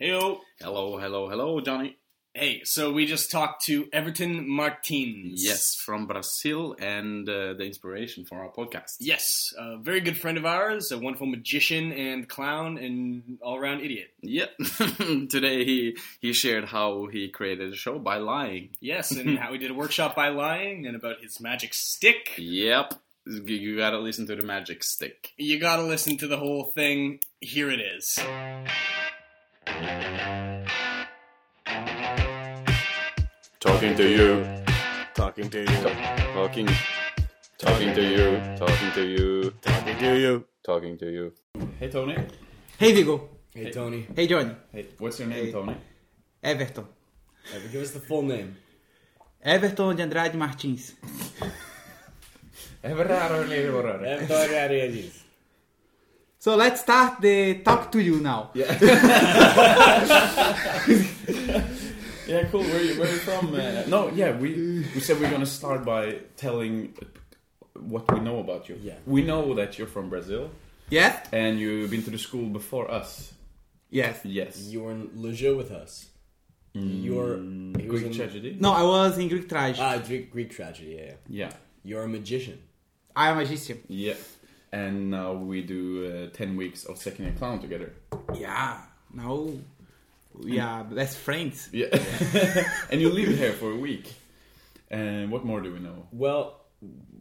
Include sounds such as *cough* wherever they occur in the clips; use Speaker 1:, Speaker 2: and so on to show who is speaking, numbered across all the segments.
Speaker 1: Heyo.
Speaker 2: Hello, hello, hello, Johnny.
Speaker 1: Hey, so we just talked to Everton Martins.
Speaker 2: Yes, from Brazil and uh, the inspiration for our podcast.
Speaker 1: Yes, a very good friend of ours, a wonderful magician and clown and all around idiot.
Speaker 2: Yeah. *laughs* Today he he shared how he created a show by lying.
Speaker 1: Yes, and how he did a workshop by lying and about his magic stick.
Speaker 2: Yep. You you gotta listen to the magic stick.
Speaker 1: You gotta listen to the whole thing. Here it is.
Speaker 3: Talking to you. Talking to you. Talking. Talking to you. Talking to you. Talking to you. Talking to you.
Speaker 2: Hey, Tony.
Speaker 4: Hey Vigo.
Speaker 5: Hey, Tony.
Speaker 4: Hey John.
Speaker 2: Hey, what's your name,
Speaker 4: Hey.
Speaker 2: Tony?
Speaker 4: Everton.
Speaker 5: Evan, give us the full name.
Speaker 4: Everton de Andrade Martins.
Speaker 5: Evan Arias.
Speaker 4: So let's start the talk to you now.
Speaker 2: Yeah, cool. Where you, where you from? Uh, no, yeah, we we said we're gonna start by telling what we know about you.
Speaker 5: Yeah.
Speaker 2: We know that you're from Brazil
Speaker 4: Yes?
Speaker 2: and you've been to the school before us.
Speaker 4: Yes.
Speaker 2: Yes.
Speaker 5: You were in Lejeune with us. You're he was
Speaker 2: Mm, Greek
Speaker 5: in-
Speaker 2: tragedy.
Speaker 4: No, I was in Greek trash.
Speaker 5: Ah, Greek, Greek tragedy. Yeah, yeah.
Speaker 2: Yeah.
Speaker 5: You're a magician.
Speaker 4: I am a magician.
Speaker 2: Yeah. And now we do uh, 10 weeks of Second Hand Clown together.
Speaker 4: Yeah. Now we are best friends.
Speaker 2: Yeah. *laughs* and you live here for a week. And what more do we know?
Speaker 5: Well,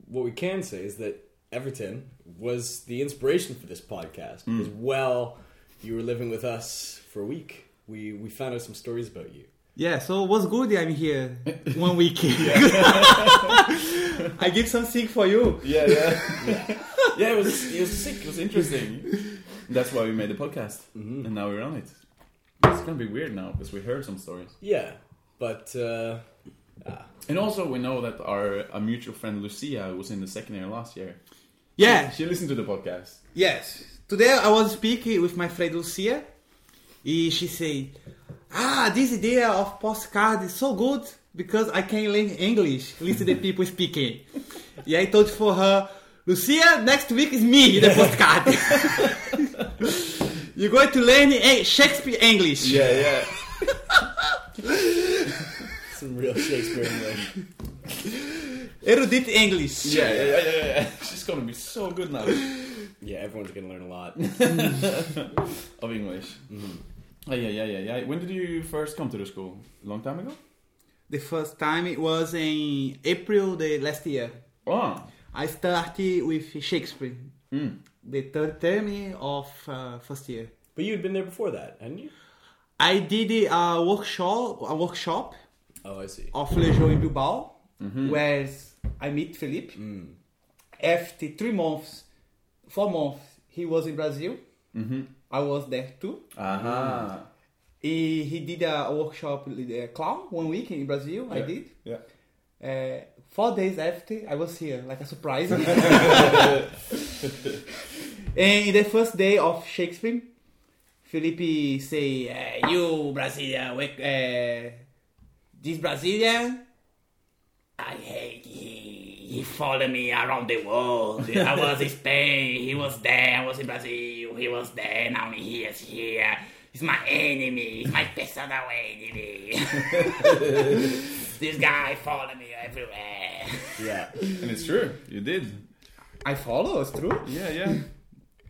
Speaker 5: what we can say is that Everton was the inspiration for this podcast.
Speaker 2: Mm.
Speaker 5: As well, you were living with us for a week. We we found out some stories about you.
Speaker 4: Yeah, so it was good I'm
Speaker 5: *laughs*
Speaker 4: here one week. *laughs* I give something for you.
Speaker 2: Yeah, yeah. *laughs* yeah, it was, it was sick. It was interesting. That's why we made the podcast. And now we're on it. It's going to be weird now because we heard some stories.
Speaker 5: Yeah, but uh,
Speaker 2: And also, we know that our a mutual friend Lucia was in the second year last year.
Speaker 4: Yeah.
Speaker 2: She listened to the podcast.
Speaker 4: Yes. Today I was speaking with my friend Lucia, and she said, "Ah, this idea of postcard is so good because I can learn English, *laughs* listen to the people speaking." e I told for her, "Lucia, next week is me the
Speaker 2: *laughs*
Speaker 4: postcard. You're going to learn eh, Shakespeare English."
Speaker 2: Yeah, yeah. *laughs*
Speaker 5: some
Speaker 2: *laughs*
Speaker 5: real Shakespeare English.
Speaker 4: Erudite English.
Speaker 2: Yeah, yeah, yeah, yeah, yeah. She's going to be so good *laughs* now.
Speaker 5: Yeah, everyone's gonna learn a lot.
Speaker 2: of English. Ah, yeah, yeah, yeah, yeah. When did you first come to the school? A long time ago?
Speaker 4: The first time it was in April the last year.
Speaker 2: Oh, Mm.
Speaker 4: I started with Shakespeare, the third term of uh, first year.
Speaker 5: But you had been there before that, hadn't you?
Speaker 4: I did a workshop, a workshop
Speaker 5: Oh, I see.
Speaker 4: of Legion in Bilbao, where I meet Philippe. After three months, four months, he was in Brazil. I was there too.
Speaker 2: aha.
Speaker 4: He, he did a workshop with a clown one week in Brazil. I did.
Speaker 2: Yeah.
Speaker 4: Uh, four days after, I was here, like
Speaker 2: *laughs*
Speaker 4: a surprise. and the first day of Shakespeare, Felipe say, eh, "You Brazilian, wake- eh, this Brazilian, I hate he. He followed me around the world. I was in Spain. He was there. I was in Brazil. He was there. Now he is here. He's my enemy. He's my personal enemy." This guy followed me everywhere.
Speaker 5: Yeah.
Speaker 2: And it's true. You did.
Speaker 4: I follow, it's true.
Speaker 2: Yeah, yeah.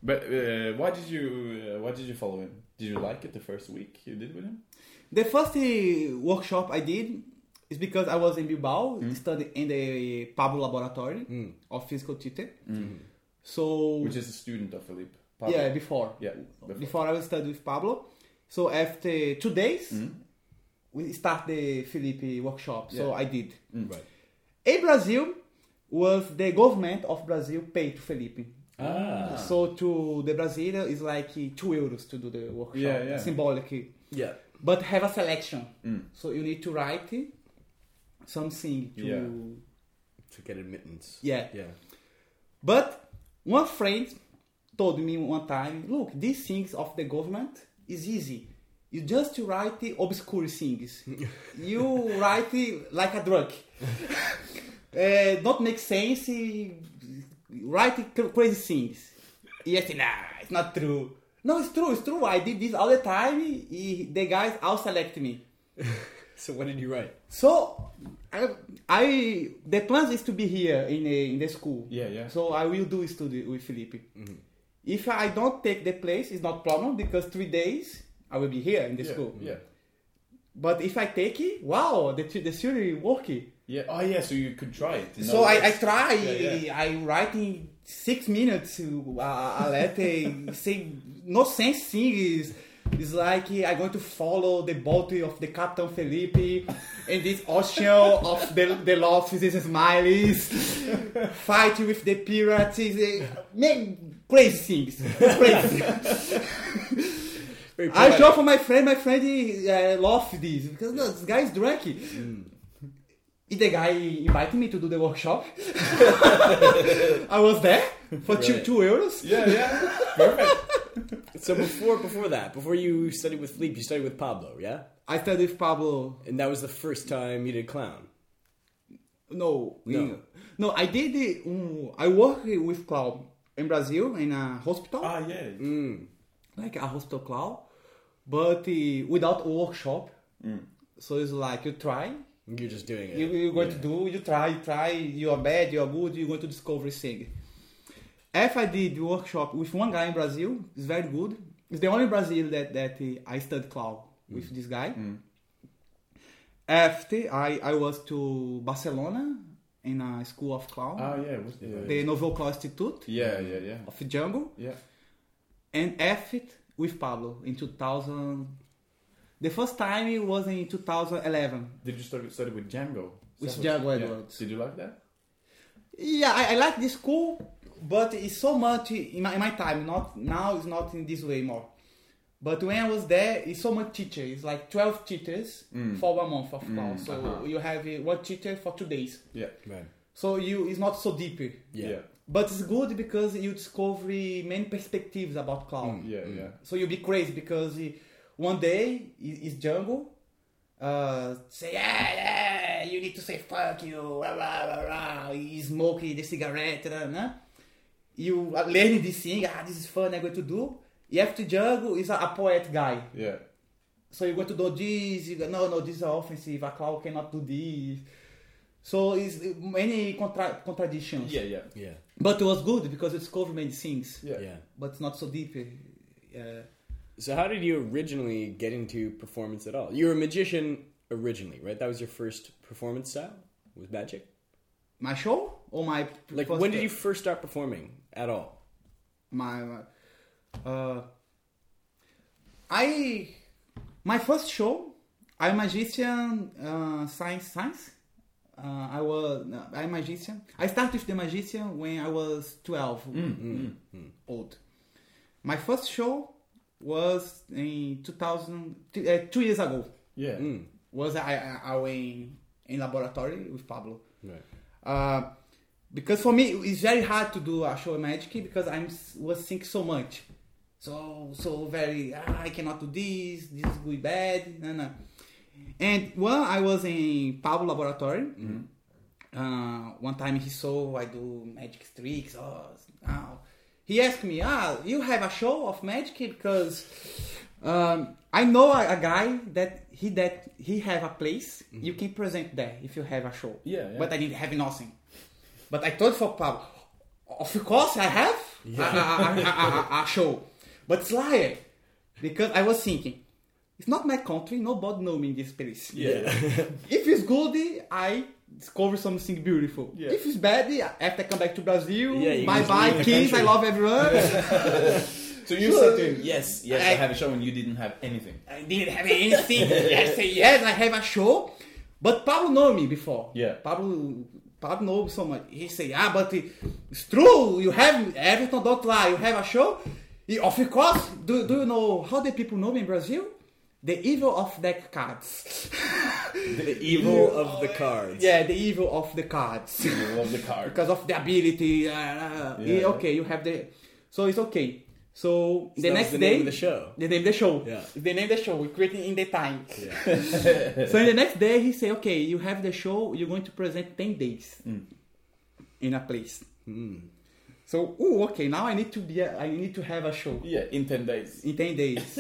Speaker 2: but uh, why did you uh, why did you follow him? Did you like it the first week you did with him?
Speaker 4: The first uh, workshop I did is because I was in Bilbao
Speaker 2: Mm.
Speaker 4: studying in the Pablo Laboratory of physical tutor. So
Speaker 2: Mm. Which is a student of Philippe. Pablo.
Speaker 4: yeah, before
Speaker 2: Yeah,
Speaker 4: before.
Speaker 2: before.
Speaker 4: I was studying with Pablo. So after two days,
Speaker 2: Mm.
Speaker 4: we start the Felipe workshop. So I did.
Speaker 2: Mm.
Speaker 5: Right.
Speaker 4: In Brazil, was the government of Brazil paid to Felipe.
Speaker 2: Ah.
Speaker 4: So to the Brazilian is like two euros to do the workshop,
Speaker 2: Yeah, yeah. Mm.
Speaker 4: symbolic.
Speaker 5: Yeah.
Speaker 4: but have a selection. So you need to write something to.
Speaker 2: Yeah.
Speaker 5: To get admittance.
Speaker 4: Yeah.
Speaker 5: Yeah.
Speaker 4: But one friend told me one time, look, these things of the government is easy. You just write obscure things. you write like a drug. uh, not make sense. eh, Write crazy things. Yes, nah, it's not true. No, it's true, it's true. I did this all the time. He, the guys all select me.
Speaker 5: So what did you write?
Speaker 4: So I, I the plan is to be here in the, in the school.
Speaker 2: Yeah, yeah. Mm-hmm.
Speaker 4: So I will do study with Felipe. If I don't take the place, it's not problem because three days I will be here in the
Speaker 2: Yeah,
Speaker 4: school.
Speaker 2: yeah.
Speaker 4: But if I take it, wow, the the theory working.
Speaker 2: Yeah. Oh, yeah. So you could try it.
Speaker 4: So I, I try,
Speaker 2: Yeah,
Speaker 4: I write in six minutes uh, a letter, *laughs* say no sense things. It's like I'm going to follow the boat of the Captain Felipe in this ocean of the, the law of Physician
Speaker 2: *laughs*
Speaker 4: Smileys, fight with the pirates, eh, man, crazy things. Crazy.
Speaker 5: Very
Speaker 4: I
Speaker 5: polite.
Speaker 4: show for my friend, my friend uh, loved this because no, this guy is drunk. And the guy invited me to do the workshop. *laughs* I was there for two,
Speaker 5: Right.
Speaker 4: two euros.
Speaker 2: Yeah,
Speaker 4: *laughs*
Speaker 2: yeah. Perfect.
Speaker 5: So before before that, before you studied with Philippe, you studied with Pablo, yeah?
Speaker 4: I studied with Pablo.
Speaker 5: And that was the first time you did clown.
Speaker 4: No,
Speaker 5: No.
Speaker 4: in- no. I did. uh, um, I worked with clown in Brazil in a hospital,
Speaker 2: ah, yeah.
Speaker 4: Mm. like a hospital clown, but uh, without workshop.
Speaker 5: Mm.
Speaker 4: So it's like you try,
Speaker 5: You're just doing it.
Speaker 4: You, you're going to do, you try, you try, you are bad, you are good, you're going to discover thing. If I did workshop with one guy in Brazil, it's very good. It's the only Brazil that, that uh, I studied cloud with this guy. After I, I was to Barcelona in a school of clown,
Speaker 2: Ah, yeah. What's the...
Speaker 4: the Novo Clown Institute
Speaker 2: Yeah, yeah, yeah.
Speaker 4: of Django,
Speaker 2: Yeah.
Speaker 4: and F with Pablo in 2000. The first time it was in 2011
Speaker 2: Did you start study with Django?
Speaker 4: with
Speaker 2: Savage?
Speaker 4: Django
Speaker 2: Yeah.
Speaker 4: Edwards.
Speaker 2: Did you like that?
Speaker 4: Yeah, I, I like this school, but it's so much in my, in my time. Not now, it's not in this way more. But when I was there, it's so much teacher. It's like twelve teachers for one month of class. So you have uh, one teacher for two days.
Speaker 2: Yeah.
Speaker 5: Right.
Speaker 4: So you it's not so deep.
Speaker 5: Yeah.
Speaker 2: Yeah.
Speaker 4: But it's good because you discover many perspectives about clown.
Speaker 2: Yeah. yeah.
Speaker 4: So you'll be crazy because he- one day he- he's jungle, uh, say yeah, yeah, you need to say fuck you, blah, blah, blah, blah. He smoking the cigarette, blah, blah. you are learning this thing. Ah, this is fun. I'm going to do. You have to jungle is a, a poet guy,
Speaker 2: Yeah.
Speaker 4: so you're going to do this. You go, no, no, this is offensive. A clown cannot do this. So it's uh, many contra- contradictions.
Speaker 2: Yeah. Yeah.
Speaker 5: Yeah.
Speaker 4: But it was good because it discovered many things,
Speaker 2: Yeah.
Speaker 5: Yeah.
Speaker 4: but it's not so deep. Uh,
Speaker 5: So how did you originally get into performance at all? You were a magician originally, right? That was your first performance style was magic.
Speaker 4: my show or my
Speaker 5: Like
Speaker 4: first-
Speaker 5: when did you first start performing at all?
Speaker 4: my uh i my first show i'm magician uh science science uh, I was no, I'm magician. I started with the magician when I was 12
Speaker 5: Mm,
Speaker 4: old. My first show was in 2000 t- uh, two years ago.
Speaker 2: Yeah.
Speaker 4: Mm. Was I I, I went in, in laboratory with Pablo.
Speaker 5: Right.
Speaker 4: Uh, because for me it's very hard to do a show in magic because I was think so much, so so very ah, I cannot do this. This is going bad. No, no. And well, I was in Pablo laboratory. Uh, one time he saw I do magic tricks. Oh, now he asked me, "Ah, you have a show of magic because um, I know a, a guy that he that he have a place. You can present there if you have a show.
Speaker 2: Mm-hmm. Yeah, yeah.
Speaker 4: But I didn't have nothing. But I told for Pablo, of course I have a, a, a, a, a, a show, but it's liar because I was thinking, it's not my country. Nobody know me in this place.
Speaker 2: Yeah.
Speaker 4: If it's good, I discover something beautiful.
Speaker 2: Yeah.
Speaker 4: If it's bad, after I come back to Brazil,
Speaker 5: Yeah, you
Speaker 4: bye
Speaker 5: just leave
Speaker 4: bye,
Speaker 5: the
Speaker 4: kids, I
Speaker 5: country.
Speaker 4: love everyone.
Speaker 2: so you said
Speaker 4: Sure. *laughs*
Speaker 2: to him, yes, yes, I,
Speaker 4: I-
Speaker 2: have a show, and you didn't have anything.
Speaker 4: I *laughs* didn't have anything. I say yes, I have a show. But Pablo know me before.
Speaker 2: Yeah.
Speaker 4: Pablo Pablo know so much. He say, ah, but it's true. You have Everton don't lie. You have a show. He- Of course. Do, do you know how the people know me in Brazil? The evil of deck cards. *laughs*
Speaker 5: The evil of the cards.
Speaker 4: yeah, the evil of the
Speaker 5: *laughs*
Speaker 4: cards.
Speaker 2: You love the card.
Speaker 4: because of the ability. Uh, uh,
Speaker 2: Yeah.
Speaker 4: Okay, you have the. So it's okay. So the
Speaker 5: that was
Speaker 4: next
Speaker 5: the
Speaker 4: day,
Speaker 5: name of the show.
Speaker 4: The name of the show.
Speaker 5: Yeah.
Speaker 4: The name of the show. We created in the time. *laughs* so in the next day, he say, "Okay, you
Speaker 5: Mm.
Speaker 4: have the show. You're going to present ten days in a place." So, ooh, okay, now I need to be, a, I need to have a show
Speaker 2: Yeah, in 10 days.
Speaker 4: in 10 days.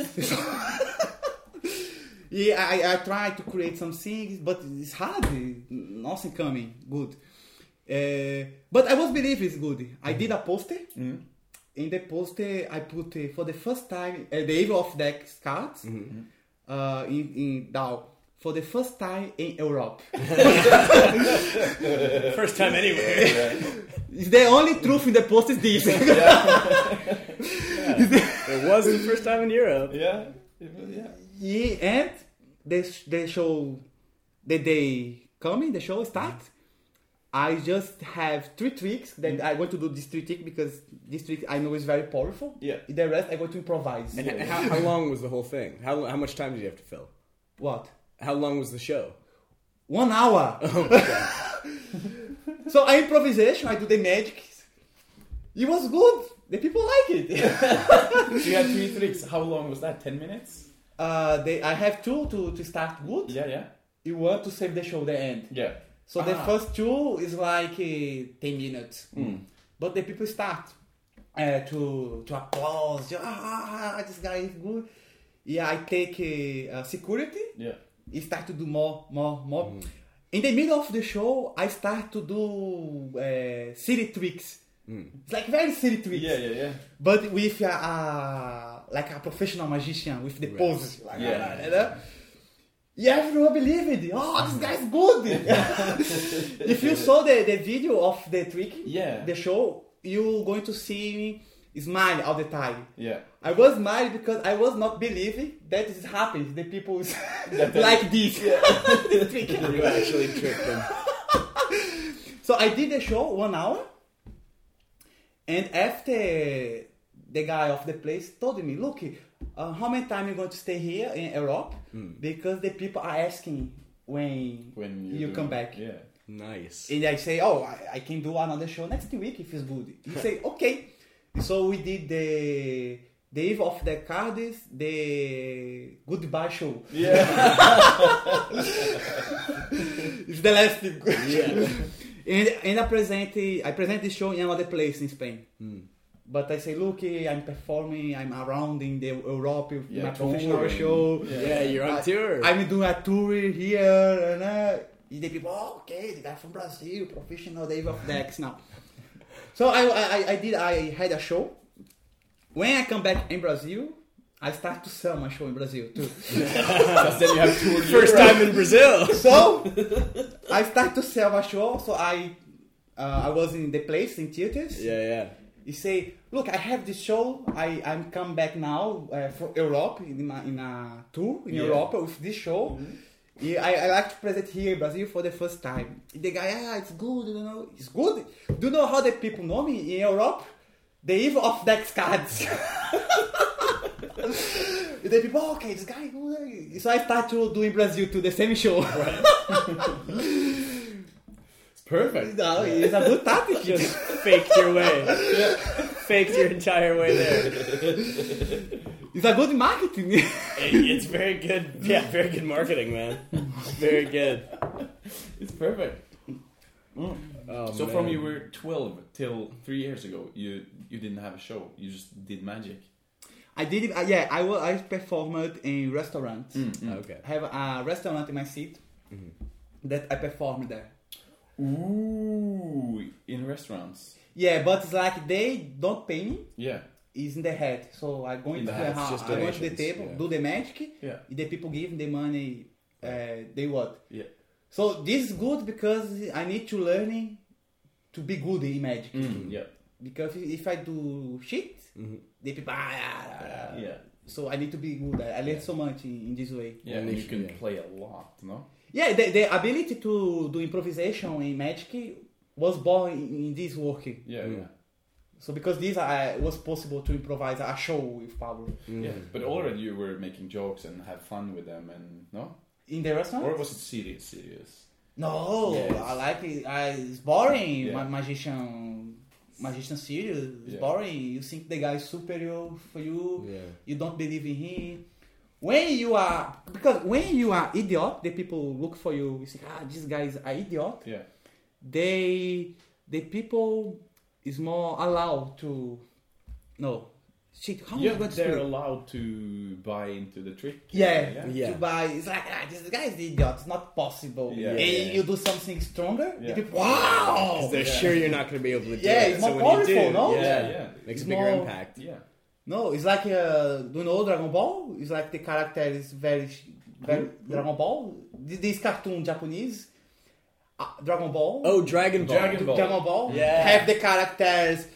Speaker 4: yeah, E I, I try to create some things, but it's hard. Nothing coming good. Uh, but I was believe it's good. I did a poster. In the poster, I put uh, for the first time uh, the evil of decks cards uh, in, in DAO. For the first time in Europe.
Speaker 1: First time anywhere.
Speaker 4: It's the only truth in the post is this.
Speaker 5: *laughs* It was the first time in Europe.
Speaker 2: Yeah. Yeah.
Speaker 4: Yeah, E, and the the show, the day coming, the show start. I just have three tricks that
Speaker 2: Mm.
Speaker 4: I want to do this three trick because this trick I know is very powerful.
Speaker 2: Yeah.
Speaker 4: The rest I want to improvise.
Speaker 5: And how, how long was the whole thing? How, how much time did you have to fill?
Speaker 4: What?
Speaker 5: How long was the show?
Speaker 4: One
Speaker 2: *laughs*
Speaker 4: hour.
Speaker 2: Oh
Speaker 4: *laughs* so I improvisation. I do the magic. It was good. The people like it.
Speaker 2: *laughs* So you had three tricks. How long was that? 10 minutes?
Speaker 4: uh, they, I have two to, to start good.
Speaker 2: Yeah, yeah.
Speaker 4: You want to save the show the end.
Speaker 2: Yeah.
Speaker 4: So the
Speaker 2: Ah. Hmm.
Speaker 4: first two is like uh, 10 minutes. But the people start uh, to, to applause. Ah, ah, ah, this guy is good. Yeah, I take uh, uh, security.
Speaker 2: Yeah. Hmm.
Speaker 4: I start to do more, more, more. In the middle of the show, I start to do uh, city tricks. It's like very city tricks.
Speaker 2: Hmm. Yeah, yeah, yeah.
Speaker 4: But with uh, uh, like a professional magician with the poses. Like,
Speaker 2: Yeah.
Speaker 4: uh, you know? Yeah, everyone believed it. Oh, this guy's good.
Speaker 2: *laughs*
Speaker 4: if you saw the, the video of the trick,
Speaker 2: Yeah.
Speaker 4: the show, you're going to see me smile all the time.
Speaker 2: Yeah.
Speaker 4: I was mad because I was not believing that it happened. The people is *laughs* like this. The trick.
Speaker 5: You actually tricked them.
Speaker 4: so I did the show one hour, and after the guy of the place told me, "Look, uh, how many time you going to stay here in Europe? Because the people are asking when
Speaker 2: When you,
Speaker 4: you,
Speaker 2: do-
Speaker 4: come back."
Speaker 2: Yeah.
Speaker 5: Nice.
Speaker 4: And I say, oh, I, I can do another show next week if it's good.
Speaker 2: *laughs*
Speaker 4: He say, okay. So we did the the eve of the cards, the goodbye show.
Speaker 2: Yeah.
Speaker 4: *laughs* It's the last thing. and and I present I present this show in another place in Spain.
Speaker 2: Hmm.
Speaker 4: But I say, look, I'm performing, I'm around in the Europe with
Speaker 2: Yeah,
Speaker 4: my professional
Speaker 2: touring.
Speaker 4: show.
Speaker 5: Yeah, you're on
Speaker 4: I-
Speaker 5: tour.
Speaker 4: I'm doing a tour here and uh, the people, oh, okay, the guy from Brazil, professional Dave of Dex now. so I, I, I did, I had a show. When I come back in Brazil, I start to sell my show in Brazil
Speaker 5: *laughs*
Speaker 4: too.
Speaker 2: Because then you have *laughs* two
Speaker 5: First time in
Speaker 4: *laughs*
Speaker 5: Brazil.
Speaker 4: so I start to sell my show. So I, uh, I was in the place in theaters.
Speaker 5: Yeah,
Speaker 4: You say, look, I have this show. I I'm come back now uh, from Europe in a, in a tour in Europe with this show. Yeah, I, I like to present here in Brazil for the first time. The guy, ah, it's good, you know, it's good. Do you know how the people know me in Europe? The eve of Dex cards. *laughs* the people, okay, this guy. good." So I start to do in Brazil to the same show.
Speaker 2: It's perfect.
Speaker 4: *laughs* no, it's a good tactic.
Speaker 5: yeah. Just faked your way. Faked your entire way there.
Speaker 4: It's a good marketing. *laughs*
Speaker 5: It's very good. Yeah, very good marketing, man. Very good.
Speaker 2: It's perfect.
Speaker 5: Oh,
Speaker 2: So from
Speaker 5: man.
Speaker 2: you were 12 till 3 years ago, you you didn't have a show. You just did magic.
Speaker 4: I did. Uh, yeah, I wa- I performed in restaurants.
Speaker 2: Mm. Mm-hmm.
Speaker 5: Oh, Okay.
Speaker 4: I have a restaurant in my seat that I performed there.
Speaker 2: Ooh, in restaurants.
Speaker 4: Yeah, but it's like they don't pay me.
Speaker 2: Yeah.
Speaker 4: It's in the head. So I go
Speaker 2: the
Speaker 4: into the,
Speaker 2: head,
Speaker 5: it's
Speaker 4: house,
Speaker 5: just
Speaker 4: I go to the
Speaker 5: donations,
Speaker 4: table,
Speaker 5: yeah.
Speaker 4: do the magic.
Speaker 2: Yeah.
Speaker 4: The people give the money. Uh, they what?
Speaker 2: Yeah.
Speaker 4: So this is good because I need to learn to be good in magic.
Speaker 2: Yeah.
Speaker 4: Because if I do shit, the people. "Ah, ah, ah, ah."
Speaker 2: Yeah.
Speaker 4: So I need to be good. I, I learned so much in, in this way.
Speaker 2: Yeah,
Speaker 5: And
Speaker 2: and
Speaker 5: you
Speaker 2: you can
Speaker 5: should-
Speaker 2: play a lot, no?
Speaker 4: Yeah, the, the ability to do improvisation in Magic was born in, in this work.
Speaker 2: Yeah,
Speaker 5: Mm.
Speaker 4: So because this I was possible to improvise a show with Pablo
Speaker 2: yeah. yeah. But already you were making jokes and have fun with them, and no?
Speaker 4: in the restaurant.
Speaker 2: Or was it serious? Serious.
Speaker 4: no,
Speaker 2: Yes.
Speaker 4: I like it. I, it's boring.
Speaker 2: Yeah.
Speaker 4: Ma- magician, magician series. It's
Speaker 2: Yeah.
Speaker 4: boring. You think the guy is superior for you.
Speaker 5: Yeah.
Speaker 4: You don't believe in him. When you are because when you are idiot, the people look for you. You think ah, this guy is an idiot.
Speaker 2: Yeah.
Speaker 4: they the people is more allowed to. No, shit. How am I
Speaker 2: Yeah,
Speaker 4: going to
Speaker 2: they're
Speaker 4: explain?
Speaker 2: allowed to buy into the trick.
Speaker 4: Yeah,
Speaker 5: Yeah.
Speaker 4: to buy. It's like ah, this guy is the idiot. It's not possible.
Speaker 2: Yeah.
Speaker 4: And
Speaker 5: Yeah.
Speaker 4: You do something stronger. the
Speaker 2: Yeah.
Speaker 4: people, wow.
Speaker 5: They're sure you're not going to be able to do
Speaker 4: Yeah,
Speaker 5: it.
Speaker 4: it's
Speaker 5: so
Speaker 4: more
Speaker 5: when you
Speaker 4: powerful,
Speaker 5: do,
Speaker 4: no?
Speaker 5: Yeah,
Speaker 2: Oh, Yeah, yeah.
Speaker 5: Makes a
Speaker 4: It's
Speaker 5: bigger
Speaker 4: more-
Speaker 5: impact.
Speaker 2: Yeah.
Speaker 4: No, it's like uh, do you know Dragon Ball? It's like the character is very, very Dragon Ball. Th- This cartoon Japanese, uh, Dragon Ball.
Speaker 5: Oh, Dragon Ball.
Speaker 2: Dragon Ball.
Speaker 4: Dragon Ball.
Speaker 5: Yeah.
Speaker 4: Have the characters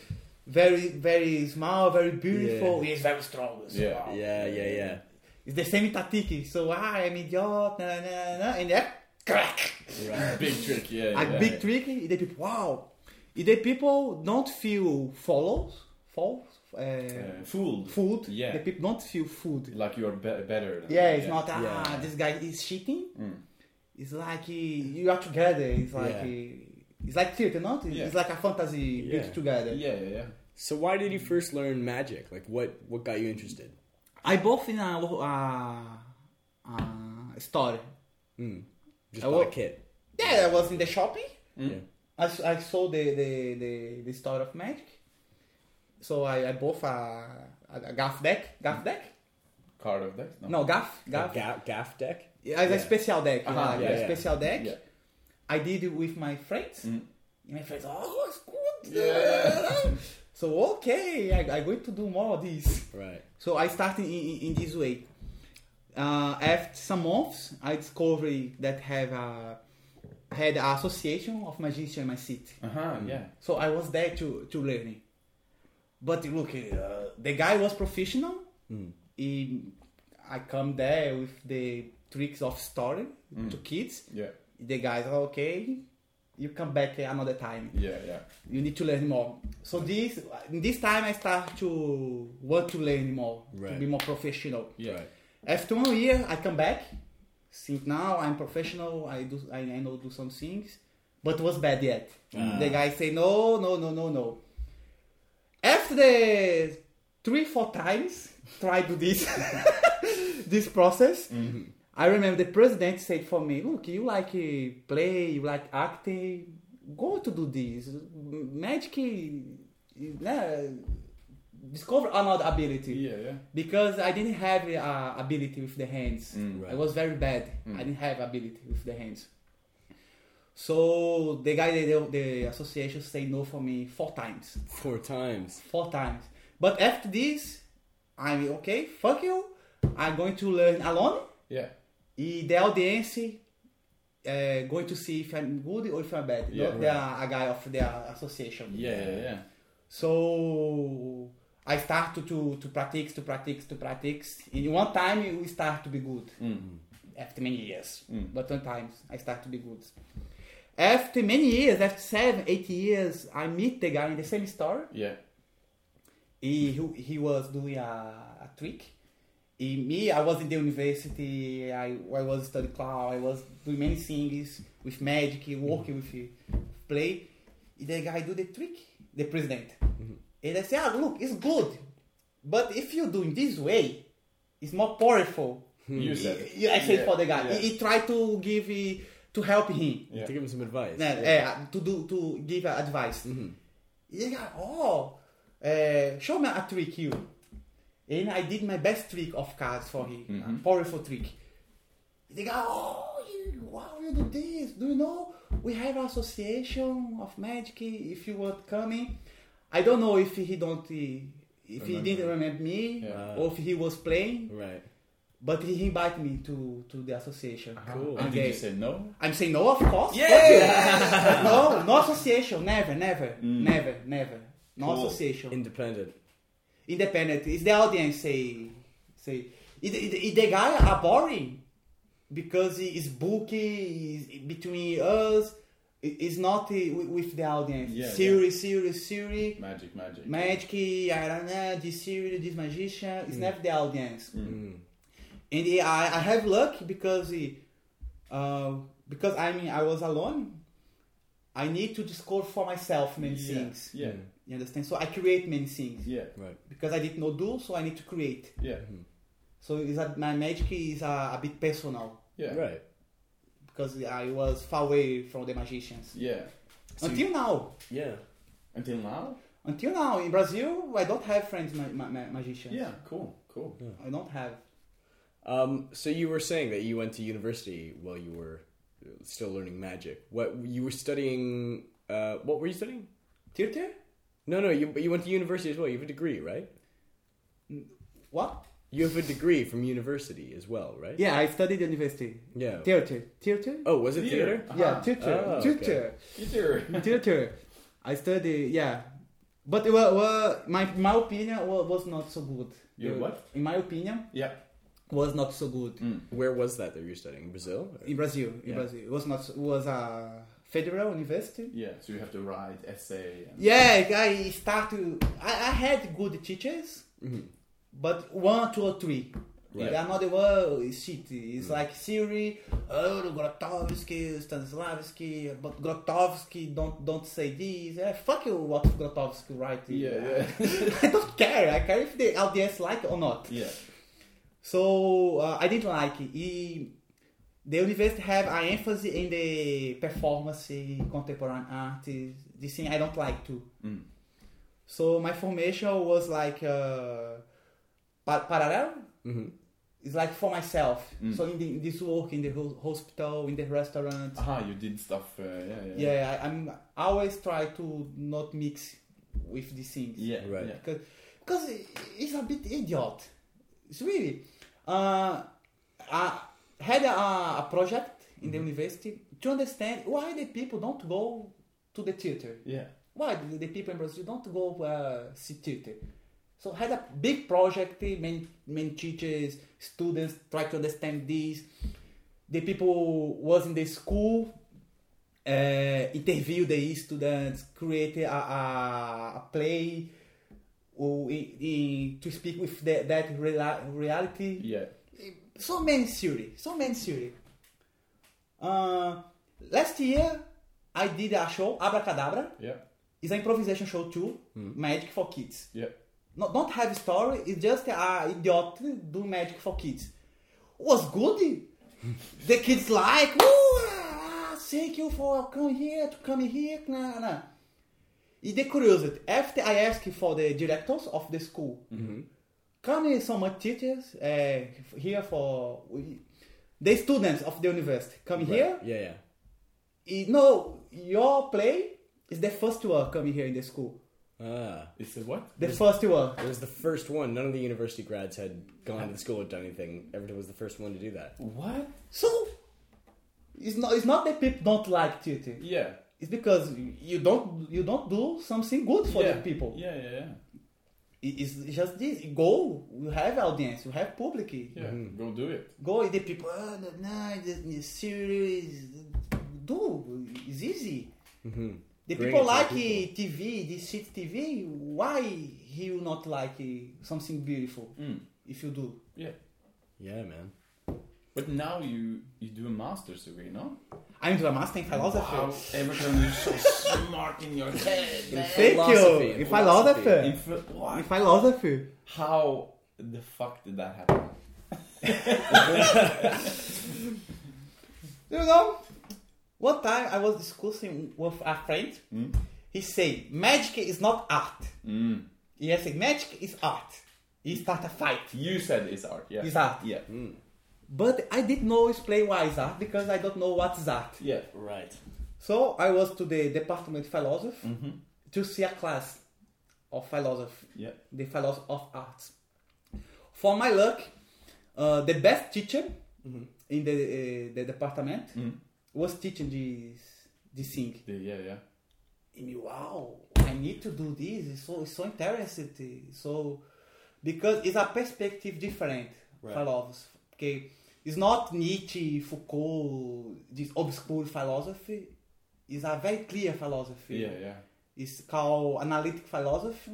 Speaker 4: very, very small, very beautiful.
Speaker 5: Yeah.
Speaker 4: He's very strong. so,
Speaker 2: Yeah.
Speaker 4: wow.
Speaker 5: Yeah, yeah, yeah.
Speaker 4: It's the same Tatiki. So ah, I'm idiot. Na, na, na, na, and then crack.
Speaker 2: *laughs*
Speaker 5: Right.
Speaker 2: Big trick, yeah.
Speaker 4: a
Speaker 2: yeah.
Speaker 4: big trick. The people wow. If the people don't feel followed, fall, uh,
Speaker 2: Uh, fooled.
Speaker 4: food.
Speaker 2: Yeah.
Speaker 4: The people don't feel food.
Speaker 2: Like you're be- better. Than
Speaker 4: Yeah, it's not ah,
Speaker 5: Yeah.
Speaker 4: this guy is cheating.
Speaker 2: Mm.
Speaker 4: It's like eh, you are together. It's like
Speaker 5: Yeah.
Speaker 4: eh, it's like theater, not? It's
Speaker 2: Yeah.
Speaker 4: like a fantasy
Speaker 5: Yeah.
Speaker 4: built together.
Speaker 2: Yeah, yeah, yeah.
Speaker 5: So why did you first learn magic? Like, what what got you interested?
Speaker 4: I bought in a, lo- a, a store.
Speaker 5: Just
Speaker 4: I
Speaker 5: bought
Speaker 4: wa-
Speaker 5: a kit.
Speaker 4: Yeah, I was in the shopping.
Speaker 2: Mm-hmm.
Speaker 5: Yeah.
Speaker 4: I, s- I saw the, the, the, the store of magic. So I, I bought a, a, a gaff deck. Gaff deck?
Speaker 2: Card of that?
Speaker 4: No, gaff.
Speaker 5: Gaff.
Speaker 4: Gaff.
Speaker 5: Gaff, deck.
Speaker 4: Yeah, it's a
Speaker 5: Yeah.
Speaker 4: special deck. you know,
Speaker 2: Uh-huh,
Speaker 4: like
Speaker 5: yeah,
Speaker 4: a
Speaker 5: yeah.
Speaker 4: special deck.
Speaker 2: Yeah.
Speaker 4: I did it with my friends. And my friends, oh, it's good. *laughs* so, okay, I, I'm going to do more of this.
Speaker 5: Right.
Speaker 4: So I started in, in, in this way. Uh, after some months, I discovered that have a, had an association of magicians in my city.
Speaker 2: Uh huh, yeah.
Speaker 4: So I was there to, to learn. But look, uh, the guy was professional. He, I come there with the tricks of story to kids.
Speaker 2: Yeah,
Speaker 4: The guys, okay, you come back another time.
Speaker 2: yeah, yeah.
Speaker 4: You need to learn more. So this in this time I start to want to learn more,
Speaker 5: Right.
Speaker 4: to be more professional.
Speaker 2: Yeah.
Speaker 5: Right.
Speaker 4: After one year, I come back. Since now I'm professional, I do I, I know do some things, but was bad yet. The guy say no, no, no, no, no. After the three, four times try do this *laughs* this process,
Speaker 2: Mm-hmm.
Speaker 4: I remember the president said for me, look, you like eh, play, you like acting, go to do this magic. eh, eh, discover another ability
Speaker 2: Yeah, yeah.
Speaker 4: because I didn't have uh, ability with the hands.
Speaker 2: Mm.
Speaker 5: Right.
Speaker 4: I was very bad. I didn't have ability with the hands. So the guy, the, the association say no for me four times,
Speaker 5: Four times.
Speaker 4: four times. But after this, I'm okay. Fuck you. I'm going to learn alone.
Speaker 2: Yeah.
Speaker 4: E the audience uh, going to see if I'm good or if I'm bad.
Speaker 2: Yeah,
Speaker 4: Not the a guy of the association.
Speaker 2: Yeah, yeah, yeah.
Speaker 4: So I start to, to, to practice, to practice, to practice. In one time, we start to be good.
Speaker 2: Mm-hmm.
Speaker 4: After many years.
Speaker 2: Mm.
Speaker 4: But one time, I start to be good. After many years, after seven, eight years, I meet the guy in the same store.
Speaker 2: Yeah.
Speaker 4: He, he, he was doing a, a trick. He, me, I was in the university, I, I was studying clown, I was doing many things with magic, working with play. The guy do the trick, the president. And I say, ah, look, it's good. But if you do in this way, it's more powerful.
Speaker 2: You said it.
Speaker 4: Yeah, I said
Speaker 2: Yeah,
Speaker 4: for the guy.
Speaker 2: yeah.
Speaker 4: He, he tried to give, eh, to help him.
Speaker 2: Yeah.
Speaker 5: To give him some advice.
Speaker 4: Né, é, to, do, to give uh, advice. E ele, oh, eh, show me a trick you. And I did my best trick of cards for him, a powerful trick. They go, oh, you, wow, you do this. Do you know we have association of magic? If you were coming, I don't know if he don't, eh, if he didn't remember me
Speaker 2: Yeah.
Speaker 4: or if he was playing,
Speaker 5: Right.
Speaker 4: but he invited me to to the association.
Speaker 2: And
Speaker 5: Cool.
Speaker 2: Ah, did
Speaker 4: Okay.
Speaker 2: you say no?
Speaker 4: I'm saying no, of
Speaker 2: *laughs*
Speaker 4: course.
Speaker 5: Yeah!
Speaker 4: no, no association. Never, never, never, never. No
Speaker 2: Mm. Cool.
Speaker 4: association.
Speaker 5: Independent.
Speaker 4: Independent. It's the audience say say. If, if, if the guy are boring because he is bulky he's between us, it- it's not uh, wi- with the audience.
Speaker 2: Yeah,
Speaker 4: serious, serious, serious.
Speaker 2: Magic, magic.
Speaker 4: Magic, I don't know, this serious, this magician.
Speaker 2: Hmm.
Speaker 4: It's never the audience. And eh, I, I have luck because eh, uh, because I mean I was alone. I need to discover for myself many
Speaker 2: yeah.
Speaker 4: things.
Speaker 2: Yeah.
Speaker 4: You understand? So I create many things
Speaker 2: Yeah.
Speaker 5: Right.
Speaker 4: because I did not do. So I need to create.
Speaker 2: Yeah.
Speaker 4: So is that my magic is uh, a, a bit personal
Speaker 2: Yeah.
Speaker 5: Right.
Speaker 4: because I was far away from the magicians
Speaker 2: Yeah.
Speaker 4: until now.
Speaker 5: Yeah.
Speaker 2: Until now?
Speaker 4: Until now, in Brazil, I don't have friends ma- ma- ma- magicians.
Speaker 2: Yeah, cool, cool.
Speaker 4: I don't have.
Speaker 5: Um, so you were saying that you went to university while you were uh, still learning magic. What you were studying? Uh, what were you studying?
Speaker 4: Theater?
Speaker 5: No, no. You but you went to university as well. You have a degree, right?
Speaker 4: What?
Speaker 5: You have a degree from university as well, right?
Speaker 4: Yeah, I studied university.
Speaker 5: Yeah.
Speaker 4: Theater. Theater?
Speaker 2: Uh-huh.
Speaker 5: Oh, was it
Speaker 2: Theater.
Speaker 5: theater?
Speaker 4: Yeah, theater.
Speaker 5: Oh, okay.
Speaker 4: Theater.
Speaker 2: Peter!
Speaker 4: Theater. I studied, yeah. But it wa- wa- my, my opinion wa- was not so good.
Speaker 2: Your
Speaker 4: Uh,
Speaker 2: what?
Speaker 4: In my opinion,
Speaker 2: yeah.
Speaker 4: was not so good.
Speaker 5: Where was that that you were studying? Brazil?
Speaker 4: In Brazil, in
Speaker 2: Yeah.
Speaker 4: Brazil. It was not, so- was a federal university.
Speaker 2: Yeah, so you have to write essay. And...
Speaker 4: Yeah, I started. I, I had good teachers,
Speaker 2: Mm-hmm.
Speaker 4: but one, two, or three.
Speaker 5: Right.
Speaker 4: The another one is shit. It's
Speaker 2: Mm-hmm.
Speaker 4: like Siri, oh, Grotowski, Stanislavski, but Grotowski don't don't say this. Eh, fuck you, what Grotowski write?
Speaker 2: Yeah, yeah. *laughs*
Speaker 4: *laughs* I don't care. I care if the LDS like it or not.
Speaker 2: yeah.
Speaker 4: So uh, I didn't like it. E the university have an emphasis in the performance, eh, contemporary art, this thing I don't like too.
Speaker 2: Mm.
Speaker 4: So my formation was like uh, par- parallel. It's like for myself.
Speaker 2: Mm.
Speaker 4: So in, the, in this work, in the ho- hospital, in the restaurant.
Speaker 2: Aha, you did stuff. Uh, yeah, Ah, yeah.
Speaker 4: Yeah, I, I'm I always try to not mix with these things
Speaker 2: Yeah,
Speaker 5: Right.
Speaker 2: yeah.
Speaker 4: because because it's a bit idiot. It's really. Uh, I had a, a project in the university to understand why the people don't go to the theater.
Speaker 2: Yeah.
Speaker 4: Why the the people in Brazil don't go uh, see theater. So had a big project. Many many teachers, students try to understand this. The people was in the school uh, interview the students, create a, a, a play or i- i- to speak with that, that rela- reality.
Speaker 2: Yeah.
Speaker 4: So many theory, so many theory. Uh, last year, I did a show, Abracadabra.
Speaker 2: Yeah.
Speaker 4: It's an improvisation show too, magic for kids.
Speaker 2: Yeah.
Speaker 4: No, don't have story. It's just a idiot do magic for kids. Was good. the kids like, "Ooh, ah, thank you for coming here to come here. Nah, nah. And the curiosity. After I asked for the directors of the school, come so much teachers uh, here for the students of the university come here
Speaker 5: Yeah, yeah.
Speaker 4: you know, your play is the first one coming here in the school.
Speaker 5: Ah,
Speaker 2: It's a what?
Speaker 4: The first one.
Speaker 5: it was the first one. None of the university grads had gone to the school or done anything. Everton was the first one to do that.
Speaker 2: What?
Speaker 4: So it's not it's not that people don't like theater.
Speaker 2: Yeah.
Speaker 4: It's because you don't you don't do something good for
Speaker 2: yeah.
Speaker 4: the people.
Speaker 2: Yeah, yeah, yeah.
Speaker 4: It- It's just this. Go, you have audience, you have public.
Speaker 2: Yeah.
Speaker 4: Mm-hmm.
Speaker 2: Go do it.
Speaker 4: Go, the people. Oh, no, no, the, the series. Do it's easy. The
Speaker 5: Mm-hmm. Bring
Speaker 4: people
Speaker 5: it to the
Speaker 4: like
Speaker 5: people.
Speaker 4: TV, this shit TV. Why he will not like eh, something beautiful
Speaker 2: Mm.
Speaker 4: if you do?
Speaker 2: Yeah.
Speaker 5: Yeah, man.
Speaker 2: But now you you do a master's degree, no?
Speaker 4: I'm doing a master in philosophy.
Speaker 2: Everton, you're so smart in your head.
Speaker 4: Thank you.
Speaker 5: Philosophy,
Speaker 4: In
Speaker 5: philosophy.
Speaker 2: In
Speaker 4: philosophy.
Speaker 2: fi-
Speaker 4: In
Speaker 2: what?
Speaker 4: philosophy.
Speaker 2: How the fuck did that happen?
Speaker 4: You know, one time I was discussing with a friend. He said, "Magic is not art." He said, "Magic is art." He start a fight.
Speaker 2: You said it's art, yeah.
Speaker 4: It's art. Mm.
Speaker 2: Yeah.
Speaker 4: But I didn't know explain why is art because I don't know what's art.
Speaker 2: Yeah. Right.
Speaker 4: So I was to the department philosophy to see a class of philosophy,
Speaker 2: Yeah.
Speaker 4: the philosophy of arts. For my luck, uh, the best teacher in the uh, the department was teaching this this thing.
Speaker 2: The- yeah, yeah.
Speaker 4: I mean, wow, I need to do this. It's so it's so interesting. So because it's a perspective different philosophy. Okay, it's not Nietzsche, Foucault, this obscure philosophy. It's a very clear philosophy.
Speaker 2: Yeah, yeah.
Speaker 4: It's called analytic philosophy.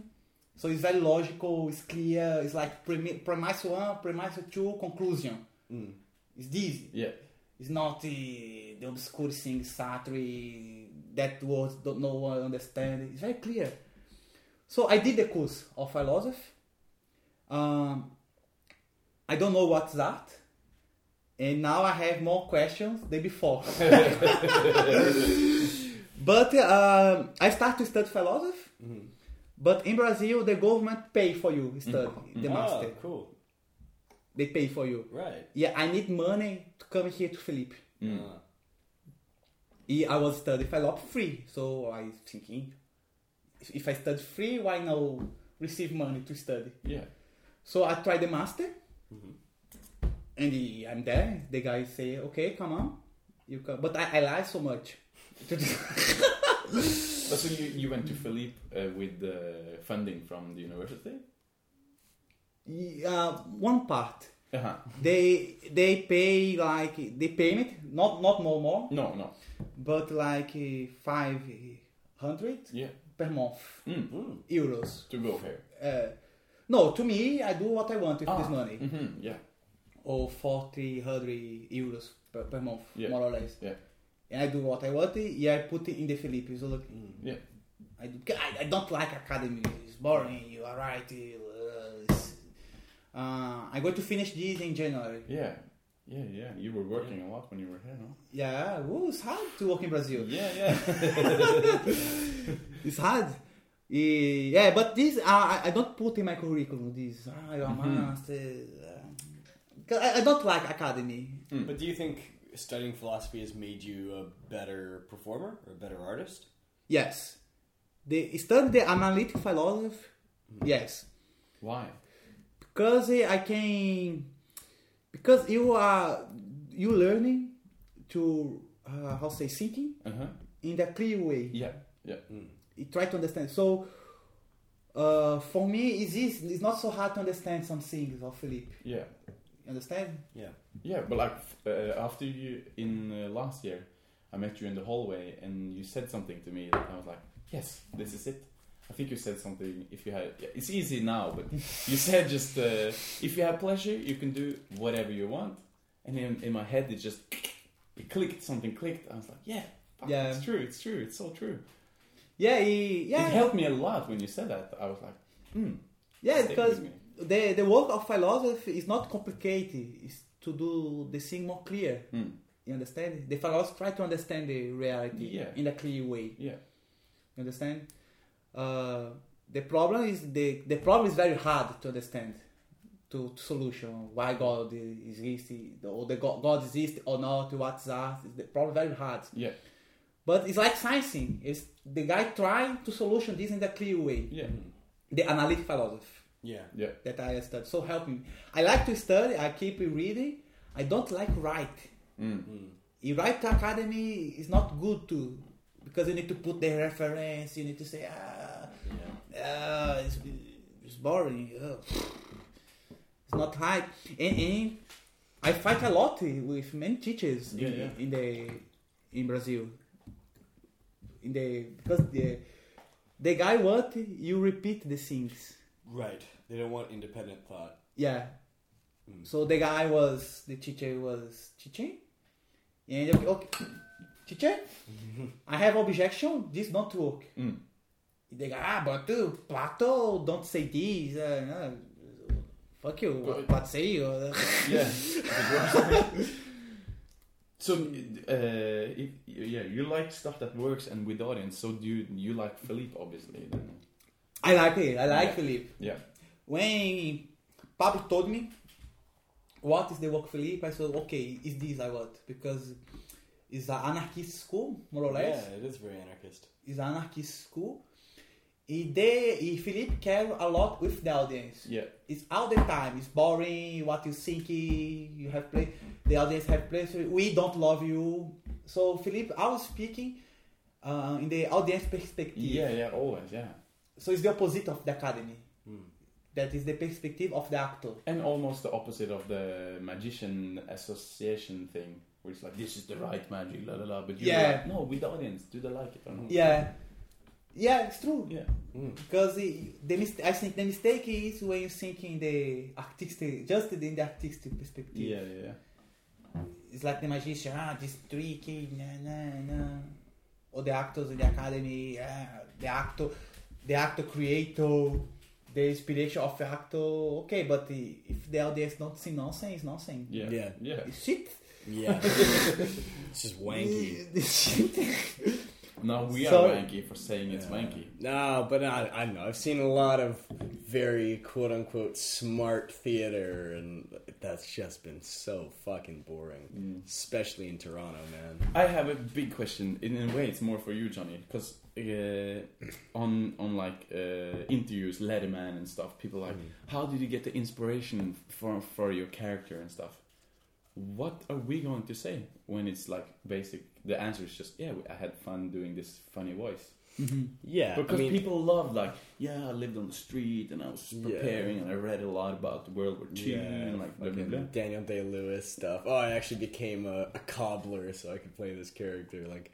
Speaker 4: So it's very logical. It's clear. It's like premi- premise one, premise two, conclusion.
Speaker 2: Mm.
Speaker 4: It's this.
Speaker 2: Yeah.
Speaker 4: It's not the, the obscure thing, Sartre, that words don't no one understand. It's very clear. So I did the course of philosophy. Um, I don't know what's that. And now I have more questions than before. but um, I start to study philosophy. But in Brazil, the government pay for you study the master.
Speaker 5: Oh, cool.
Speaker 4: They pay for you.
Speaker 5: Right.
Speaker 4: Yeah, I need money to come here to Felipe.
Speaker 5: Uh,
Speaker 4: E- I was study Philop free, so I thinking, if- if I study free, why not receive money to study?
Speaker 2: Yeah.
Speaker 4: So I try the master,
Speaker 2: Mm-hmm.
Speaker 4: and the- I'm there. The guy say, "Okay, come on, you come." But I, I lie so much. *laughs*
Speaker 2: But so you, you went to Philippe uh, with the funding from the university?
Speaker 4: Yeah, uh, one part
Speaker 2: Uh-huh.
Speaker 4: they they pay like the payment, not not more more,
Speaker 2: No, no.
Speaker 4: but like five hundred
Speaker 2: Yeah.
Speaker 4: per month
Speaker 2: Mm.
Speaker 4: euros.
Speaker 2: To go here.
Speaker 4: Uh, no, to me, I do what I want with
Speaker 2: Ah.
Speaker 4: this money.
Speaker 2: hmm Yeah.
Speaker 4: Or 40, 100 euros per, per month,
Speaker 2: Yeah.
Speaker 4: more or less.
Speaker 2: Yeah.
Speaker 4: And I do what I want, yeah, I put it in the Philippines. So look,
Speaker 2: Yeah.
Speaker 4: I, do, I, I don't like academy, it's boring, you are right. you, uh, it's- uh, I'm going to finish this in January.
Speaker 2: Yeah. Yeah, yeah. You were working a lot when you were here, no?
Speaker 4: Yeah, ooh, it's hard to work in Brazil.
Speaker 2: Yeah, yeah.
Speaker 4: It's hard. Eh, yeah, but this I I- I don't put in my curriculum. This ah, your
Speaker 2: Mm-hmm.
Speaker 4: master. uh, 'cause I, I don't like academy.
Speaker 2: Mm.
Speaker 5: But do you think studying philosophy has made you a better performer or a better artist?
Speaker 4: Yes. They study the analytic philosophy.
Speaker 2: Mm.
Speaker 4: Yes.
Speaker 2: *laughs* Why?
Speaker 4: Because eh, I can. Because you are you learning to uh, how say thinking
Speaker 2: Uh-huh.
Speaker 4: in the clear way.
Speaker 2: Yeah. Yeah.
Speaker 4: You try to understand. So uh, for me, it is it's not so hard to understand some things of Philippe.
Speaker 2: Yeah.
Speaker 4: You understand?
Speaker 5: Yeah.
Speaker 2: Yeah, but like f- uh, after you in uh, last year, I met you in the hallway and you said something to me that I was like, yes, this is it. I think you said something. If you had, yeah, it's easy now,
Speaker 4: *laughs*
Speaker 2: but you said just uh, if you have pleasure, you can do whatever you want. And in, in my head, it just it clicked. Something clicked. I was like, yeah, fuck,
Speaker 4: Yeah.
Speaker 2: it's true. It's true. It's so true.
Speaker 4: Yeah, he, yeah,
Speaker 2: It helped me a lot when you said that. I was like, hmm.
Speaker 4: yeah.
Speaker 2: stay
Speaker 4: Because
Speaker 2: with me.
Speaker 4: the the work of philosophy is not complicated. It's to do the thing more clear.
Speaker 2: Hmm.
Speaker 4: You understand? The philosophers try to understand the reality
Speaker 2: Yeah.
Speaker 4: in a clear way.
Speaker 2: yeah,
Speaker 4: You understand? Uh, the problem is the the problem is very hard to understand, to, to solution. Why God is exists, or the God, God exists or not? What's that? The problem very hard.
Speaker 2: yeah,
Speaker 4: But it's like science. thing. It's the guy trying to solution this in a clear way.
Speaker 2: yeah,
Speaker 4: The analytic philosophy
Speaker 5: Yeah.
Speaker 2: yeah.
Speaker 4: that I study. So help me. I like to study. I keep reading. I don't like write.
Speaker 2: Mm.
Speaker 4: Mm. You write academy is not good too because you need to put the reference. You need to say ah, ah, it's, it's boring. ugh. It's not high. And, and I fight a lot with many teachers
Speaker 2: Yeah,
Speaker 4: in,
Speaker 2: yeah.
Speaker 4: in the in Brazil. In the because the the guy what you repeat the things.
Speaker 5: Right. They don't want independent thought.
Speaker 4: Yeah. So the guy was the teacher was teaching, and okay, okay, teacher, I have objection. This not work.
Speaker 2: Mm.
Speaker 4: The guy, ah, but uh, Plato don't say this. Uh, uh, fuck you. What, what say you?
Speaker 2: Yeah. *laughs* so, uh, if, yeah, you like stuff that works and with audience. So do you, you like Philippe, obviously? Then.
Speaker 4: *laughs* I like it. I like Philippe.
Speaker 2: Yeah.
Speaker 4: When Pablo told me what is the work Philippe, I said, okay, is this I want because it's an anarchist school more or less.
Speaker 5: Yeah, it is very anarchist.
Speaker 4: is an anarchist school. E, they, e Philippe care a lot with the audience.
Speaker 2: Yeah.
Speaker 4: It's all the time. It's boring. What you think you have play. The audience have place. We don't love you. So Philippe, I was speaking uh, in the audience perspective.
Speaker 2: Yeah, yeah, always, yeah.
Speaker 4: So it's the opposite of the academy. That is the perspective of the actor.
Speaker 2: And almost the opposite of the magician association thing, where it's like, this is the right magic, la la la. But you're
Speaker 4: Yeah.
Speaker 2: like, no, with the audience, do they like it or not?
Speaker 4: Yeah, yeah, it's true.
Speaker 2: Yeah.
Speaker 4: Because the, the mist- I think the mistake is when you think in the artistic, just in the artistic perspective.
Speaker 2: Yeah, yeah, yeah.
Speaker 4: it's like the magician, ah, this tricky, na na na. Or the actors in the academy, ah, the actor, the actor creator, the inspiration of the actor. Okay, but the, if the audience don't see nothing, it's nothing.
Speaker 2: Yeah.
Speaker 5: Yeah.
Speaker 2: yeah.
Speaker 5: *laughs*
Speaker 4: Shit.
Speaker 5: Yeah. it's just wanky.
Speaker 4: Shit.
Speaker 2: No, we
Speaker 5: So-
Speaker 2: are wanky for saying it's wanky.
Speaker 5: No, but I, I don't know. I've seen a lot of very quote unquote smart theater, and that's just been so fucking boring. Especially in Toronto, man.
Speaker 2: I have a big question. In a way, it's more for you, Johnny, because uh, on on like uh, interviews, Letterman and stuff, people are like,
Speaker 5: Mm.
Speaker 2: how did you get the inspiration for for your character and stuff? What are we going to say when it's like basic? The answer is just yeah, I had fun doing this funny voice
Speaker 5: Yeah,
Speaker 2: because
Speaker 5: I mean,
Speaker 2: people love like yeah, I lived on the street and I was
Speaker 5: Yeah.
Speaker 2: preparing and I read a lot about World War Two and like blah, blah,
Speaker 5: fucking
Speaker 2: blah.
Speaker 5: Daniel Day Lewis stuff. Oh, I actually became a, a cobbler so I could play this character. Like,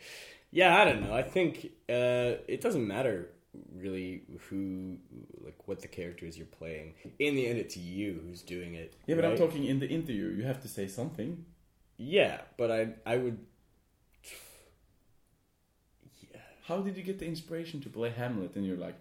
Speaker 5: yeah, I don't know. I think uh, it doesn't matter really who, like, what the character is you're playing. In the end, it's you who's doing it.
Speaker 2: Yeah, but I'm
Speaker 5: right?
Speaker 2: talking in the interview. You have to say something.
Speaker 5: Yeah, but I, I would.
Speaker 2: How did you get the inspiration to play Hamlet? And you're like,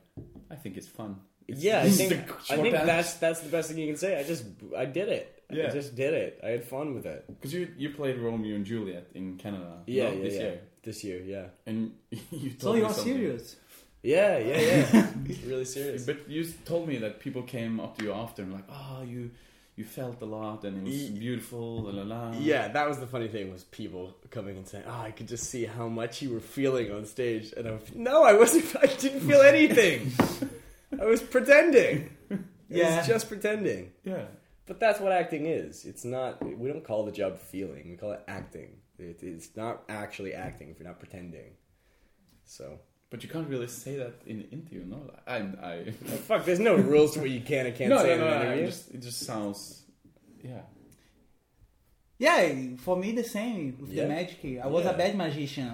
Speaker 2: I think it's fun. It's-
Speaker 5: Yeah, I
Speaker 2: this is
Speaker 5: think,
Speaker 2: the
Speaker 5: I
Speaker 2: short
Speaker 5: think
Speaker 2: answer.
Speaker 5: that's that's the best thing you can say. I just I did it. I
Speaker 2: Yeah.
Speaker 5: just did it. I had fun with it.
Speaker 2: because you you played Romeo and Juliet in Canada.
Speaker 5: Yeah,
Speaker 2: no,
Speaker 5: yeah,
Speaker 2: this
Speaker 5: yeah.
Speaker 2: year,
Speaker 5: This year, yeah,
Speaker 2: and *laughs* you
Speaker 4: So
Speaker 2: told me
Speaker 4: you're
Speaker 2: something.
Speaker 4: serious.
Speaker 5: yeah, yeah,
Speaker 2: *laughs*
Speaker 5: yeah. really serious.
Speaker 2: But you s- told me that people came up to you after and like, oh, you you felt a lot and it was
Speaker 5: Ye-
Speaker 2: beautiful, la la la.
Speaker 5: Yeah, that was the funny thing was people coming and saying, "Oh, I could just see how much you were feeling on stage," and I'm no, I wasn't. *laughs* I didn't
Speaker 2: *laughs*
Speaker 5: feel anything. I was pretending. I
Speaker 4: Yeah.
Speaker 5: was just pretending.
Speaker 2: yeah.
Speaker 5: But that's what acting is. It's not. We don't call the job feeling. We call it acting. It, it's not actually acting if you're not pretending. So
Speaker 2: But you can't really say that in the interview, no? Like, I'm, I *laughs*
Speaker 5: fuck. There's no rules to what you can and can't
Speaker 2: no,
Speaker 5: say
Speaker 2: no,
Speaker 5: in
Speaker 2: no,
Speaker 5: an
Speaker 2: no,
Speaker 5: interview.
Speaker 2: It just it just sounds, yeah.
Speaker 4: Yeah, for me the same with
Speaker 5: Yeah.
Speaker 4: the magic. I was
Speaker 5: Yeah.
Speaker 4: a bad magician,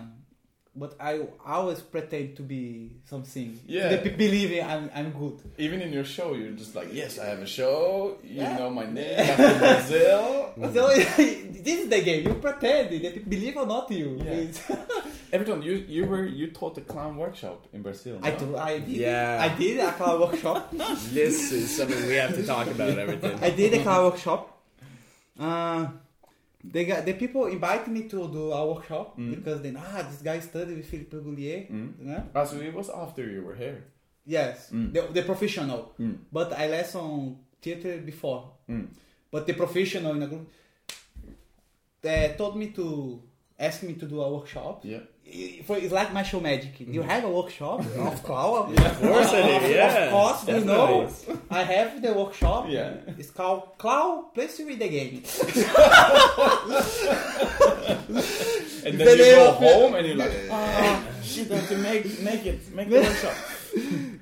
Speaker 4: but I always pretend to be something.
Speaker 2: Yeah.
Speaker 4: They be- believe it, I'm I'm good.
Speaker 2: Even in your show, you're just like, yes, I have a show. You know my name. I'm from Brazil.
Speaker 4: So Então, *laughs* this is the game. You pretend that people believe or not you.
Speaker 2: Yeah. Everton, you you were you taught the clown workshop in Brazil.
Speaker 4: *laughs* I
Speaker 2: no?
Speaker 4: do. I did.
Speaker 5: Yeah.
Speaker 4: I did a clown workshop.
Speaker 5: This is something we have to talk about.
Speaker 2: *laughs*
Speaker 5: Everything.
Speaker 4: I did a clown workshop. Uh, they got, the people invite me to do a workshop because then ah this guy studied with Philippe Goulier. né?
Speaker 2: Ah, so it was after you were here.
Speaker 4: Yes, the, the professional. But I lesson theater before. But the professional in a group they told me to ask me to do a workshop.
Speaker 2: Yeah.
Speaker 4: I- For, it's like my show magic. You have a workshop
Speaker 5: *laughs*
Speaker 4: of clown.
Speaker 5: Mm. Of course I did. Yeah.
Speaker 4: Of course, you know.
Speaker 2: Definitely.
Speaker 4: I have the workshop.
Speaker 2: Yeah.
Speaker 4: It's called Clown Plays with the Game.
Speaker 2: And
Speaker 4: The
Speaker 2: then you *laughs*
Speaker 4: name
Speaker 2: go
Speaker 4: of it-
Speaker 2: home and you're like, ah, shit, I have to make make it make the *laughs* workshop.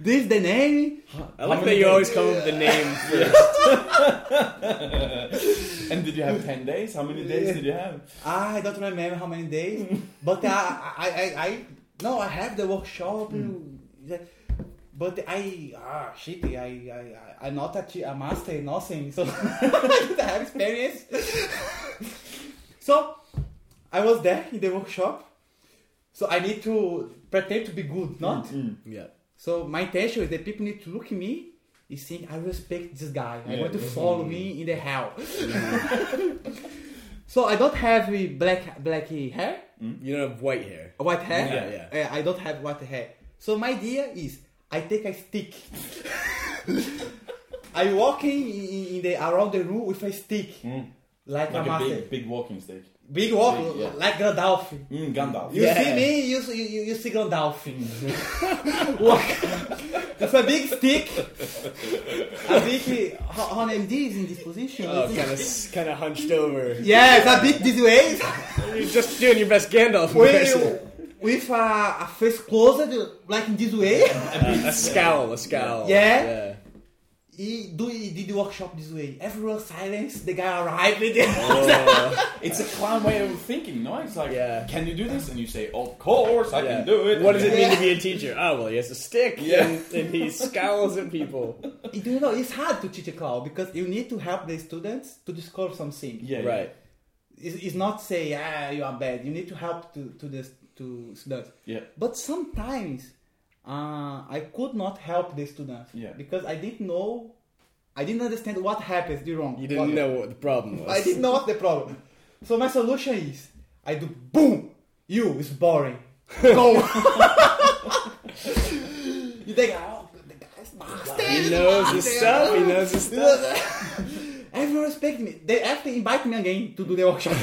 Speaker 4: This is the name.
Speaker 5: I like that you always come up with
Speaker 2: *laughs*
Speaker 5: the name first.
Speaker 2: And did you have ten days? How many days did you have?
Speaker 4: I don't remember how many days, but I, I, I, I, no, I have the workshop. But I, ah, shit, I, I, I, I'm not a, chi- a master in nothing, so *laughs* I don't have experience. so, I was there in the workshop, so I need to pretend to be good, not?
Speaker 5: Yeah.
Speaker 4: So my intention is that people need to look at me and think I respect this guy. I want to follow him in the hell. *laughs* so I don't have uh, black black hair,
Speaker 5: You don't have white hair.
Speaker 4: white hair.
Speaker 5: Hmm? Yeah,
Speaker 4: Uh, I don't have white hair. So my idea is I take a stick. I walk in, in, in the around the room with a stick. Like, a
Speaker 2: Like a
Speaker 4: master.
Speaker 2: big big walking stick.
Speaker 4: Big, walk
Speaker 2: big, yeah.
Speaker 4: like Gandalf.
Speaker 2: Mm, Gandalf.
Speaker 4: You
Speaker 5: Yeah.
Speaker 4: see me, you, see- you, you see Gandalf. *laughs* Walk. It's a big stick. A big. How, how many D's in this position?
Speaker 5: Oh,
Speaker 4: Is it-
Speaker 2: *laughs*
Speaker 5: kind of kind of hunched over.
Speaker 4: Yes, a big this
Speaker 5: *laughs*
Speaker 4: way.
Speaker 5: You're just doing your best Gandalf
Speaker 4: with with a, a face closed, like in this way.
Speaker 5: A scowl, a scowl.
Speaker 4: Yeah. He, do, he did the workshop this way. Everyone silence, the guy arrived.
Speaker 5: Oh,
Speaker 2: It's a clown way of thinking, no? It's like,
Speaker 5: Yeah.
Speaker 2: can you do this? And you say, of course, *laughs* I
Speaker 5: yeah.
Speaker 2: can do it.
Speaker 5: What does it
Speaker 2: Yeah.
Speaker 5: mean to be a teacher? Oh, well, he has a stick
Speaker 2: Yeah.
Speaker 5: and, and he scowls at people.
Speaker 4: do *laughs* you know, it's hard to teach a clown because you need to help the students to discover something.
Speaker 2: Yeah, yeah.
Speaker 5: Right.
Speaker 4: is, is not say ah you are bad. You need to help to to the to students.
Speaker 2: Yeah.
Speaker 4: But sometimes uh, I could not help the students
Speaker 2: Yeah.
Speaker 4: because I didn't know, I didn't understand what happens the wrong.
Speaker 5: You didn't
Speaker 4: What-
Speaker 5: know what the problem was.
Speaker 4: I
Speaker 5: *laughs*
Speaker 4: didn't know what the problem. So my solution is I do boom. You is boring. Go! *laughs* you think, oh, the guy's bastard.
Speaker 5: He knows his stuff. He knows his stuff.
Speaker 2: *laughs*
Speaker 4: Everyone respect me. They have to invite me again to do the workshop.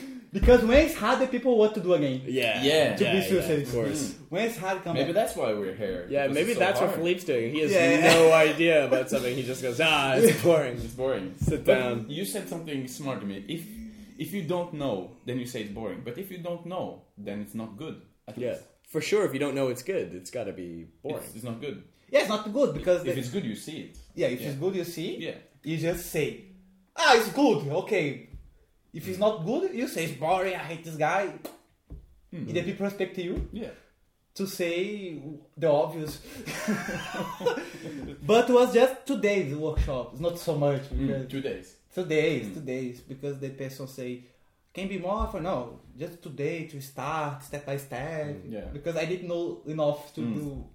Speaker 4: *laughs* because when it's hard, the people want to do again.
Speaker 5: Yeah.
Speaker 2: Yeah. To
Speaker 4: be suicide.
Speaker 5: of course.
Speaker 4: When it's hard, come
Speaker 2: Maybe
Speaker 4: back.
Speaker 2: that's why we're here.
Speaker 5: Yeah,
Speaker 2: because
Speaker 5: maybe
Speaker 2: it's so
Speaker 5: that's what
Speaker 2: hard.
Speaker 5: Philippe's doing. He has
Speaker 4: Yeah.
Speaker 5: no idea about something. He just goes, ah,
Speaker 2: *laughs*
Speaker 5: it's boring.
Speaker 2: It's boring.
Speaker 5: Sit
Speaker 2: But
Speaker 5: down.
Speaker 2: You said something smart to me. If if you don't know, then you say it's boring. But if you don't know, then it's not good. At
Speaker 5: Yeah.
Speaker 2: least.
Speaker 5: For sure, if you don't know it's good, it's got to be boring.
Speaker 2: It's, it's not good.
Speaker 4: Yeah, it's not good because
Speaker 2: If
Speaker 4: the-
Speaker 2: it's good, you see it.
Speaker 4: yeah, if
Speaker 2: yeah.
Speaker 4: it's good, you see.
Speaker 2: Yeah.
Speaker 4: You just say, ah, it's good. Okay. If
Speaker 2: Mm.
Speaker 4: it's not good, you say it's boring. I hate this guy.
Speaker 2: Mm.
Speaker 4: And the people respect you.
Speaker 2: Yeah.
Speaker 4: to say the obvious. *laughs* but was just two days workshop. It's not so much
Speaker 2: Mm.
Speaker 4: because
Speaker 2: Two days.
Speaker 4: two days, two days because the person say can be more for no, just today to start step by step.
Speaker 2: yeah.
Speaker 4: Because I didn't know enough to do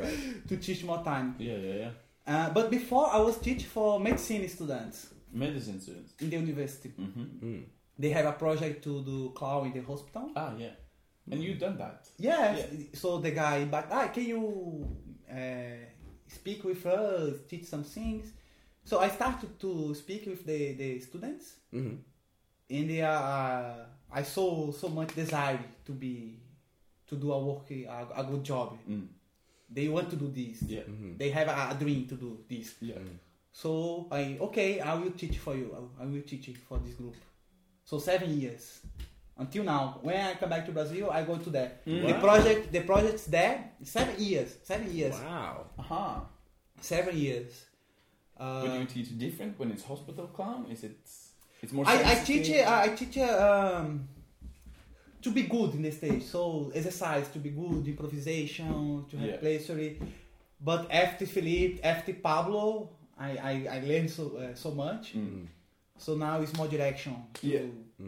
Speaker 5: Right.
Speaker 4: *laughs* to teach more time.
Speaker 2: Yeah, yeah, yeah.
Speaker 4: Uh, but before I was teach for medicine students
Speaker 2: Medicine students.
Speaker 4: in the university.
Speaker 5: Mm.
Speaker 4: They have a project to do clown in the hospital.
Speaker 2: Ah, yeah. And you done that.
Speaker 4: Yeah. So the guy, but ah, can you uh, speak with us, teach some things? So I started to speak with the, the students,
Speaker 2: Mm-hmm.
Speaker 5: hmm
Speaker 4: and they are, uh, I saw so much desire to be to do a work a, a good job.
Speaker 2: Mm.
Speaker 4: They want to do this.
Speaker 2: Yeah.
Speaker 4: They have a, a dream to do this.
Speaker 2: Yeah.
Speaker 4: So I okay, I will teach for you. I- I will teach you for this group. So seven years until now. When I come back to Brazil, I go to that. The
Speaker 5: Wow.
Speaker 4: project, the project's there. Seven years, seven years,
Speaker 5: Wow.
Speaker 2: Aha.
Speaker 4: seven years.
Speaker 2: But do
Speaker 4: Uh,
Speaker 2: you teach different when it's hospital clown? Is it? It's more.
Speaker 4: I, I
Speaker 2: sensitive?
Speaker 4: teach uh, I teach uh, um, to be good in the stage. So exercise to be good, improvisation to have
Speaker 2: Yeah.
Speaker 4: playstory. But after Felipe, after Pablo, I I, I learned so uh, so much.
Speaker 2: Mm.
Speaker 4: So now it's more direction. To,
Speaker 2: Yeah.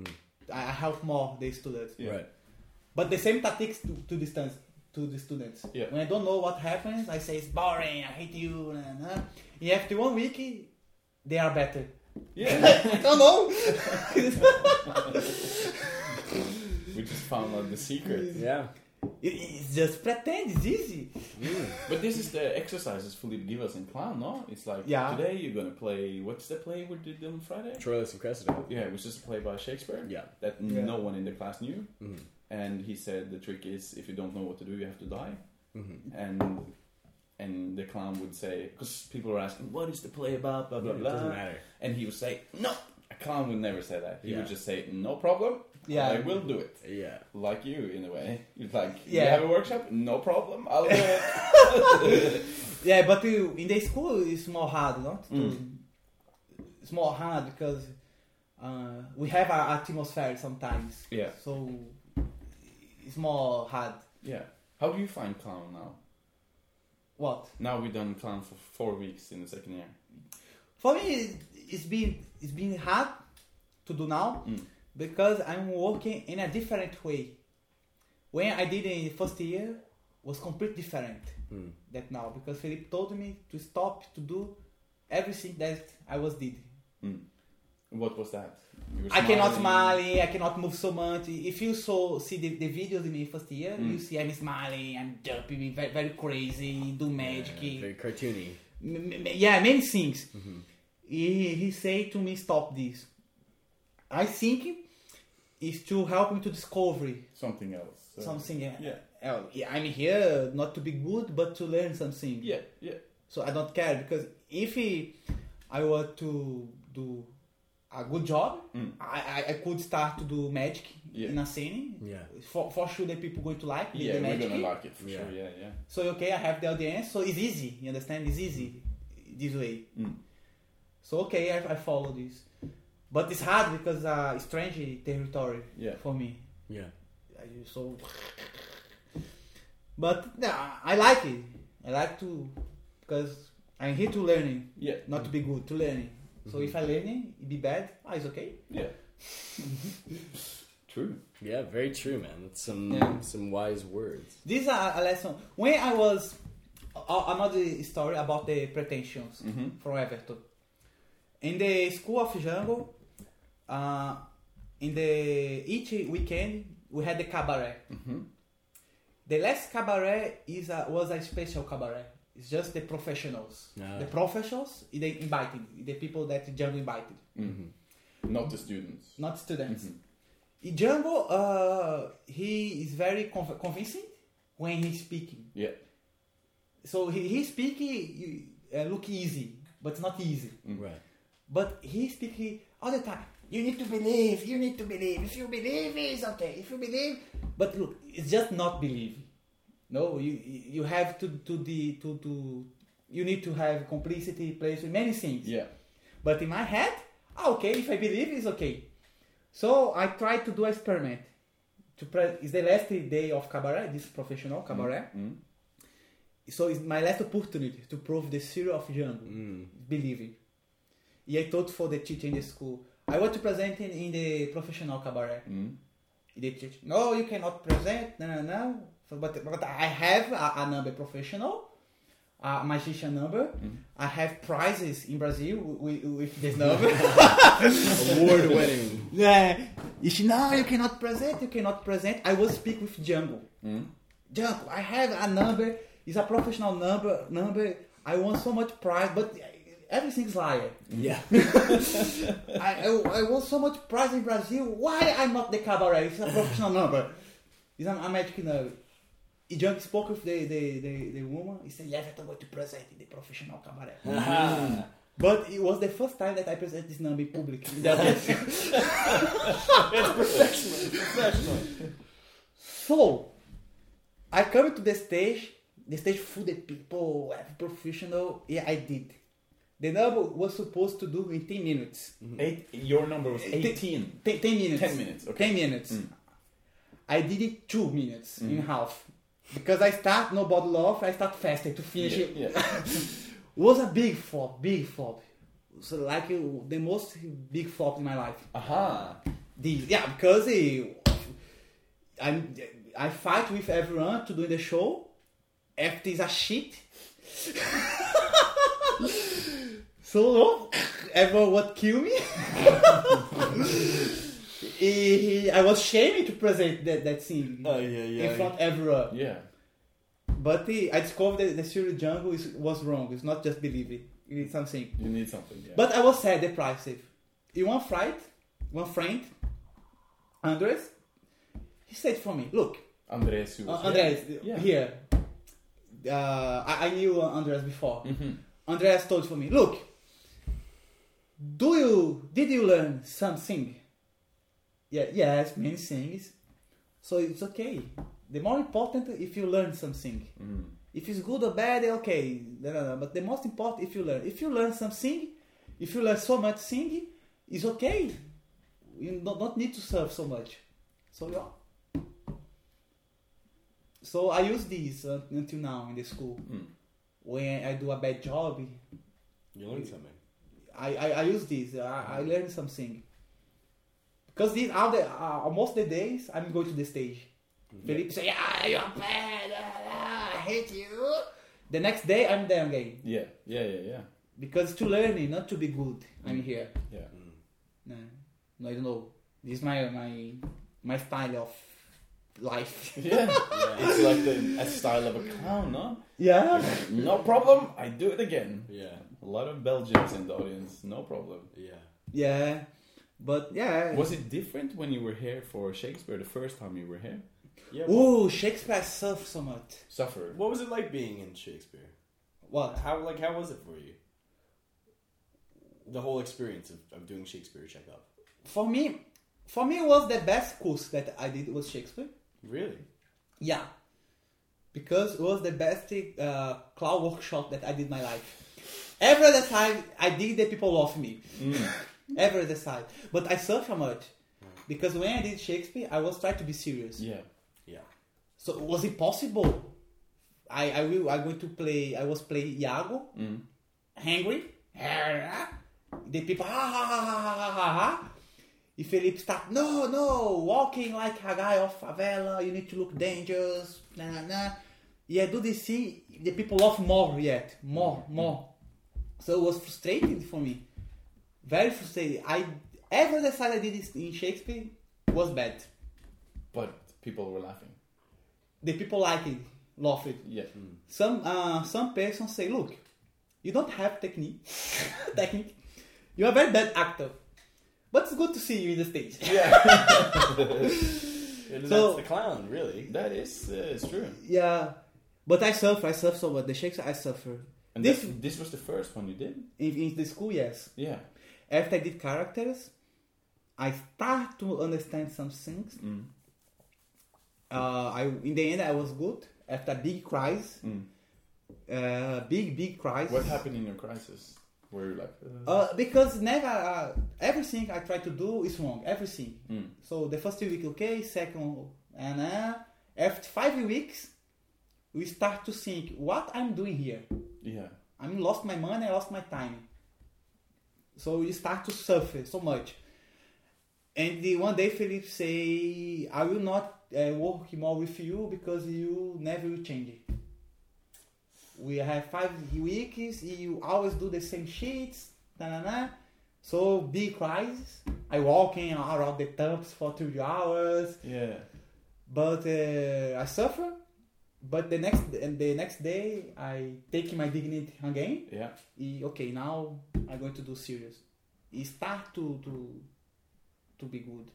Speaker 5: Mm.
Speaker 4: I I help more the students.
Speaker 2: Yeah.
Speaker 5: Right.
Speaker 4: But the same tactics to, to distance to the students.
Speaker 2: Yeah.
Speaker 4: When I don't know what happens, I say it's boring, I hate you, and uh, nah, nah. And after one week they are
Speaker 2: *laughs*
Speaker 4: better.
Speaker 2: Yeah.
Speaker 4: I don't know. *laughs*
Speaker 2: we just found out the secret.
Speaker 5: Yeah.
Speaker 4: It, it's just pretend, it's easy.
Speaker 2: But this is the exercises Philippe give us in clown, no? It's like
Speaker 4: Yeah.
Speaker 2: today you're gonna play. What's the play we did on Friday?
Speaker 5: Troilus and Cressida.
Speaker 2: Yeah, which is a play by Shakespeare.
Speaker 5: Yeah.
Speaker 2: That
Speaker 4: Yeah.
Speaker 2: no one in the class knew.
Speaker 5: Mhm.
Speaker 2: And he said the trick is if you don't know what to do, you have to die.
Speaker 5: Mhm.
Speaker 2: And and the clown would say because people were asking what is the play about, blah blah
Speaker 5: It
Speaker 2: blah.
Speaker 5: doesn't matter.
Speaker 2: And he would say no. A clown would never say that. He
Speaker 5: Yeah.
Speaker 2: would just say no problem.
Speaker 4: Yeah.
Speaker 2: I will do it.
Speaker 5: Yeah.
Speaker 2: Like you in a way. *laughs* You'd like you
Speaker 4: Yeah.
Speaker 2: have a workshop, no problem. I'll do
Speaker 5: *laughs*
Speaker 2: it.
Speaker 4: Yeah, but you, in the school it's more hard, no? To- It's more hard because uh, we have our atmosphere sometimes.
Speaker 2: Yeah.
Speaker 4: So it's more hard.
Speaker 2: yeah. How do you find clown now?
Speaker 4: What?
Speaker 2: Now we've done clown for four weeks in the second year.
Speaker 4: For me, it's been it's been hard to do now because I'm working in a different way. When I did in the first year was completely different that now because Philip told me to stop to do everything that I was did.
Speaker 2: What was that? You were
Speaker 4: I cannot
Speaker 2: smiling.
Speaker 4: smile, I cannot move so much. If you saw see the, the videos in the first year, you see I'm smiling, I'm jumping, very, very crazy, do magic.
Speaker 5: Very cartoony.
Speaker 4: M- m- yeah, many things. He, he say to me, stop this. I think is to help me to discover
Speaker 2: Something else. So-
Speaker 4: something.
Speaker 2: Yeah.
Speaker 4: el- yeah, I'm here not to be good, but to learn something.
Speaker 2: Yeah, yeah.
Speaker 4: So I don't care because if he, I were to do a good job, I, I, I could start to do magic
Speaker 2: Mm. Yeah.
Speaker 4: in a scene.
Speaker 5: Yeah.
Speaker 4: For, for sure, the people going to like me,
Speaker 2: Yeah,
Speaker 4: the
Speaker 2: we're
Speaker 4: magic.
Speaker 2: gonna like it for
Speaker 5: Yeah.
Speaker 2: sure. Yeah, yeah.
Speaker 4: So okay, I have the audience, so it's easy. You understand? It's easy this way. So okay, I, I follow this, but it's hard because uh, it's strange territory
Speaker 2: Yeah.
Speaker 4: for me.
Speaker 5: Yeah.
Speaker 4: I just so, *laughs* but nah, I like it. I like to because I'm here to learning,
Speaker 2: Yeah.
Speaker 4: not to be good, to learning. So if I learning, it be bad, ah, it's okay.
Speaker 2: Yeah. True.
Speaker 5: Yeah, very true, man. That's some
Speaker 4: Yeah.
Speaker 5: some wise words.
Speaker 4: These are a lesson. When I was a- another story about the pretensions from Everton. In the school of Django, uh, in the each weekend we had the cabaret. The last cabaret is a, was a special cabaret. It's just the professionals.
Speaker 5: Ah.
Speaker 4: The professionals, they invited, the people that Django invited,
Speaker 2: Not the students.
Speaker 4: not students. And Django, uh, he is very conv- convincing when he's speaking.
Speaker 2: Yeah.
Speaker 4: So he, he speaking you- uh, look easy, but it's not easy.
Speaker 5: Right.
Speaker 4: But he speaking all the time. You need to believe. You need to believe. If you believe, it's okay. If you believe, but look, it's just not believing. No, you you have to to the to to you need to have complicity, place, many things.
Speaker 2: Yeah.
Speaker 4: But in my head, ah, okay, if I believe, it's okay. So I tried to do experiment. To pre- it's the last day of cabaret, this professional cabaret. So it's my last opportunity to prove the theory of Django, believing. And I taught for the teacher in the school. I want to present in, in the professional cabaret. The teacher, no, you cannot present, no, no, no. So, but, but I have a, a number professional, a magician number. I have prizes in Brazil with, with this number.
Speaker 5: *laughs* Award winning.
Speaker 4: Yeah. E she, no, you cannot present, you cannot present. I will speak with Django. Django, I have a number. It's a professional number. Number. I want so much prize, but everything's liar.
Speaker 5: Yeah.
Speaker 4: *laughs* I, I, I want so much prize in Brazil. Why I'm not the cabaret? It's a professional number. It's a, a magic number. E Django spoke with the, the, the, the woman. He said, yes, I'm going to present in the professional cabaret. But it was the first time that I presented this number in public. So, I come to the stage, the stage full the people, eh, professional. Yeah, I did. The number was supposed to do in 10 minutes.
Speaker 2: Eight, your number was
Speaker 4: Ten-
Speaker 2: 18.
Speaker 4: Ten, 10 minutes.
Speaker 2: 10 Mm-hmm. minutes, okay. Mm.
Speaker 4: 10 minutes. I did it 2 minutes in half. Because I start no bottle off, I start faster to finish it.
Speaker 2: Yeah. yeah.
Speaker 4: Was a big flop, big flop. So like uh, the most big flop in my life.
Speaker 2: Aha.
Speaker 4: These, yeah, because uh, I'm, I fight with everyone to do the show. Act is a shit. *laughs* so no, everyone would kill me. *laughs* He- he- I was ashamed to present that, that scene
Speaker 5: Oh, yeah,
Speaker 4: in front everyone.
Speaker 2: Yeah.
Speaker 4: But uh, I discovered that the Siri Jungle is, was wrong. It's not just believing. It's something.
Speaker 2: You need something. Yeah.
Speaker 4: But I was sad, depressive. In one flight, one friend, Andres, he said for me, look,
Speaker 2: Andres, who
Speaker 4: uh,
Speaker 2: was
Speaker 4: Andres,
Speaker 2: Yeah.
Speaker 4: here. Uh, I, I knew Andres before.
Speaker 2: Mm-hmm.
Speaker 4: Andres told for me, look, do you, did you learn something? Yeah, yes, many things. So it's okay. The more important if you learn something.
Speaker 2: Mm-hmm.
Speaker 4: If it's good or bad, okay. No, no, no. But the most important if you learn. If you learn something, if you learn so much thing, it's okay. You don't, don't need to serve so much. So yeah. So I use these uh, until now in the school. When I do a bad job,
Speaker 5: You learned something.
Speaker 4: I, I, I use this. I, I learn something. Because these are the uh, almost the days I'm going to the stage. Felipe say, "Ah, you're bad. ah, ah, I hate you." The next day I'm there again
Speaker 2: Yeah. Yeah. Yeah. Yeah.
Speaker 4: because to learn, not to be good. I'm here.
Speaker 2: Yeah.
Speaker 4: No, no, I don't know. This is my my my style of life. *laughs*
Speaker 2: Yeah. It's like the a style of a clown, no?
Speaker 4: Yeah.
Speaker 2: No problem. I do it again.
Speaker 5: Yeah.
Speaker 2: A lot of Belgians in the audience. No problem.
Speaker 5: Yeah.
Speaker 4: Yeah, but yeah.
Speaker 2: Was it different when you were here for Shakespeare the first time you were here?
Speaker 5: Yeah.
Speaker 4: Ooh, Oh, Shakespeare surf so much.
Speaker 2: Suffer.
Speaker 5: What was it like being in Shakespeare?
Speaker 4: What?
Speaker 5: How like how was it for you? The whole experience of, of doing Shakespeare checkup.
Speaker 4: For me, for me was the best course that I did was Shakespeare.
Speaker 5: Really?
Speaker 4: Yeah, because it was the best uh, cloud workshop that I did my life. Every other time I did, the people love me. *laughs* Every other time, but I surf so much because when I did Shakespeare, I was trying to be serious.
Speaker 2: Yeah.
Speaker 5: Yeah.
Speaker 4: So it was impossible. I I will I going to play. I was playing Iago, hungry. The people ha ha ha ha ha ha ha. ha. If Felipe start no no walking like a guy of favela, you need to look dangerous. Na na na. Yeah, do this thing. The people love more yet more more. So it was frustrating for me, very frustrating. I ever the side I did this in Shakespeare was bad.
Speaker 2: but people were laughing.
Speaker 4: The people like it, love it.
Speaker 2: Yeah,
Speaker 4: Some uh, some persons say, look, you don't have technique, *laughs* technique. You are a very bad actor, but it's good to see you in the stage.
Speaker 5: That's
Speaker 4: So-
Speaker 5: the clown, really.
Speaker 2: *laughs* that is uh, it's true.
Speaker 4: *laughs* yeah, but I suffer. I suffer so much. The Shakespeare, I suffer.
Speaker 2: And
Speaker 4: this
Speaker 2: this this was the first one you did.
Speaker 4: in, in the school, yes.
Speaker 2: Yeah,
Speaker 4: after I did characters, I start to understand some things. Uh, I in the end I was good after big cries, uh, big big cries.
Speaker 2: what happened in your crisis? Were you like uh,
Speaker 4: Uh, because never uh, everything I try to do is wrong. Everything. So the first week okay, second and uh, after five weeks, we start to think what I'm doing here.
Speaker 2: yeah?
Speaker 4: I mean, lost my money, I lost my time. So you start to suffer so much. And the one day Felipe say, I will not uh, work more with you because you never will change it. We have five weeks, you always do the same sheets, na na na. So big crisis. I walking around the tubs for two hours,
Speaker 2: Yeah,
Speaker 4: but uh, I suffer. But the next and the next day, I take my dignity again
Speaker 2: yeah.
Speaker 4: e ok, now I'm going to do serious. E start to, to, to be good.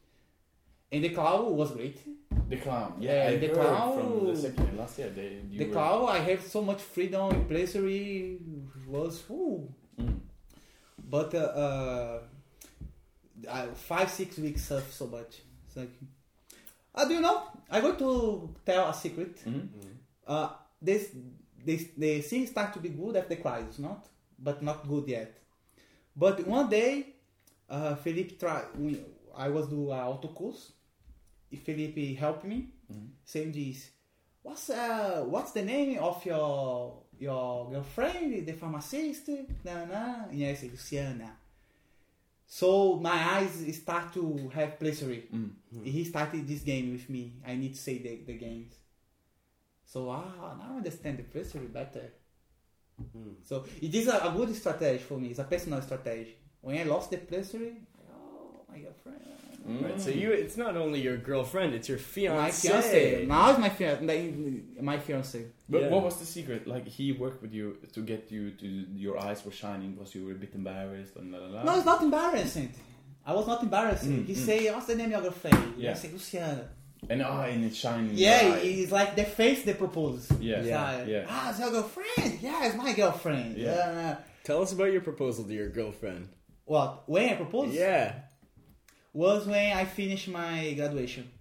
Speaker 4: And the cloud was great.
Speaker 2: The clown. Yeah, I
Speaker 4: the
Speaker 2: heard
Speaker 4: clown-
Speaker 2: from the second last year. They, you
Speaker 4: the
Speaker 2: were-
Speaker 4: cloud, I have so much freedom and pleasure. it was, ooh.
Speaker 2: Mm.
Speaker 4: But uh, uh, I, five, six weeks surf so much. It's like, uh, do you know? i going to tell a secret.
Speaker 2: Mhm.
Speaker 4: Uh, this, this, the thing start to be good after the crisis, not, but not good yet. But one day, uh, Felipe tried. We, I was do uh, auto course. E Felipe helped me. Saying this, what's uh, what's the name of your your girlfriend, the pharmacist? Na na. And I said Luciana. So my eyes start to have pleasure. He started this game with me. I need to say the, the games. So ah, now I understand the pleasure better. So it is a, a good strategy for me. It's a personal strategy. When I lost the pleasure, oh my girlfriend,
Speaker 5: Right, so you, it's not only your girlfriend, it's your fiance.
Speaker 4: my fiance. Now it's my fiance. My fiance.
Speaker 2: But
Speaker 5: Yeah.
Speaker 2: what was the secret? Like he worked with you to get you to your eyes were shining because you were a bit embarrassed and la la la.
Speaker 4: No, it's not embarrassing. I was not embarrassing. he say, "What's the name of your friend?"
Speaker 2: Mm, Yeah. Mm.
Speaker 4: I say, "Luciana."
Speaker 2: An eye and it's shining. in
Speaker 4: Yeah,
Speaker 2: your eye.
Speaker 4: it's like the face they propose.
Speaker 2: Yeah,
Speaker 4: It's
Speaker 2: yeah,
Speaker 4: like,
Speaker 2: yeah.
Speaker 4: Ah, it's your girlfriend. Yeah, it's my girlfriend.
Speaker 2: Yeah.
Speaker 4: Yeah.
Speaker 5: Tell us about your proposal to your girlfriend.
Speaker 4: What? When I proposed?
Speaker 5: Yeah.
Speaker 4: Was when I finished my graduation.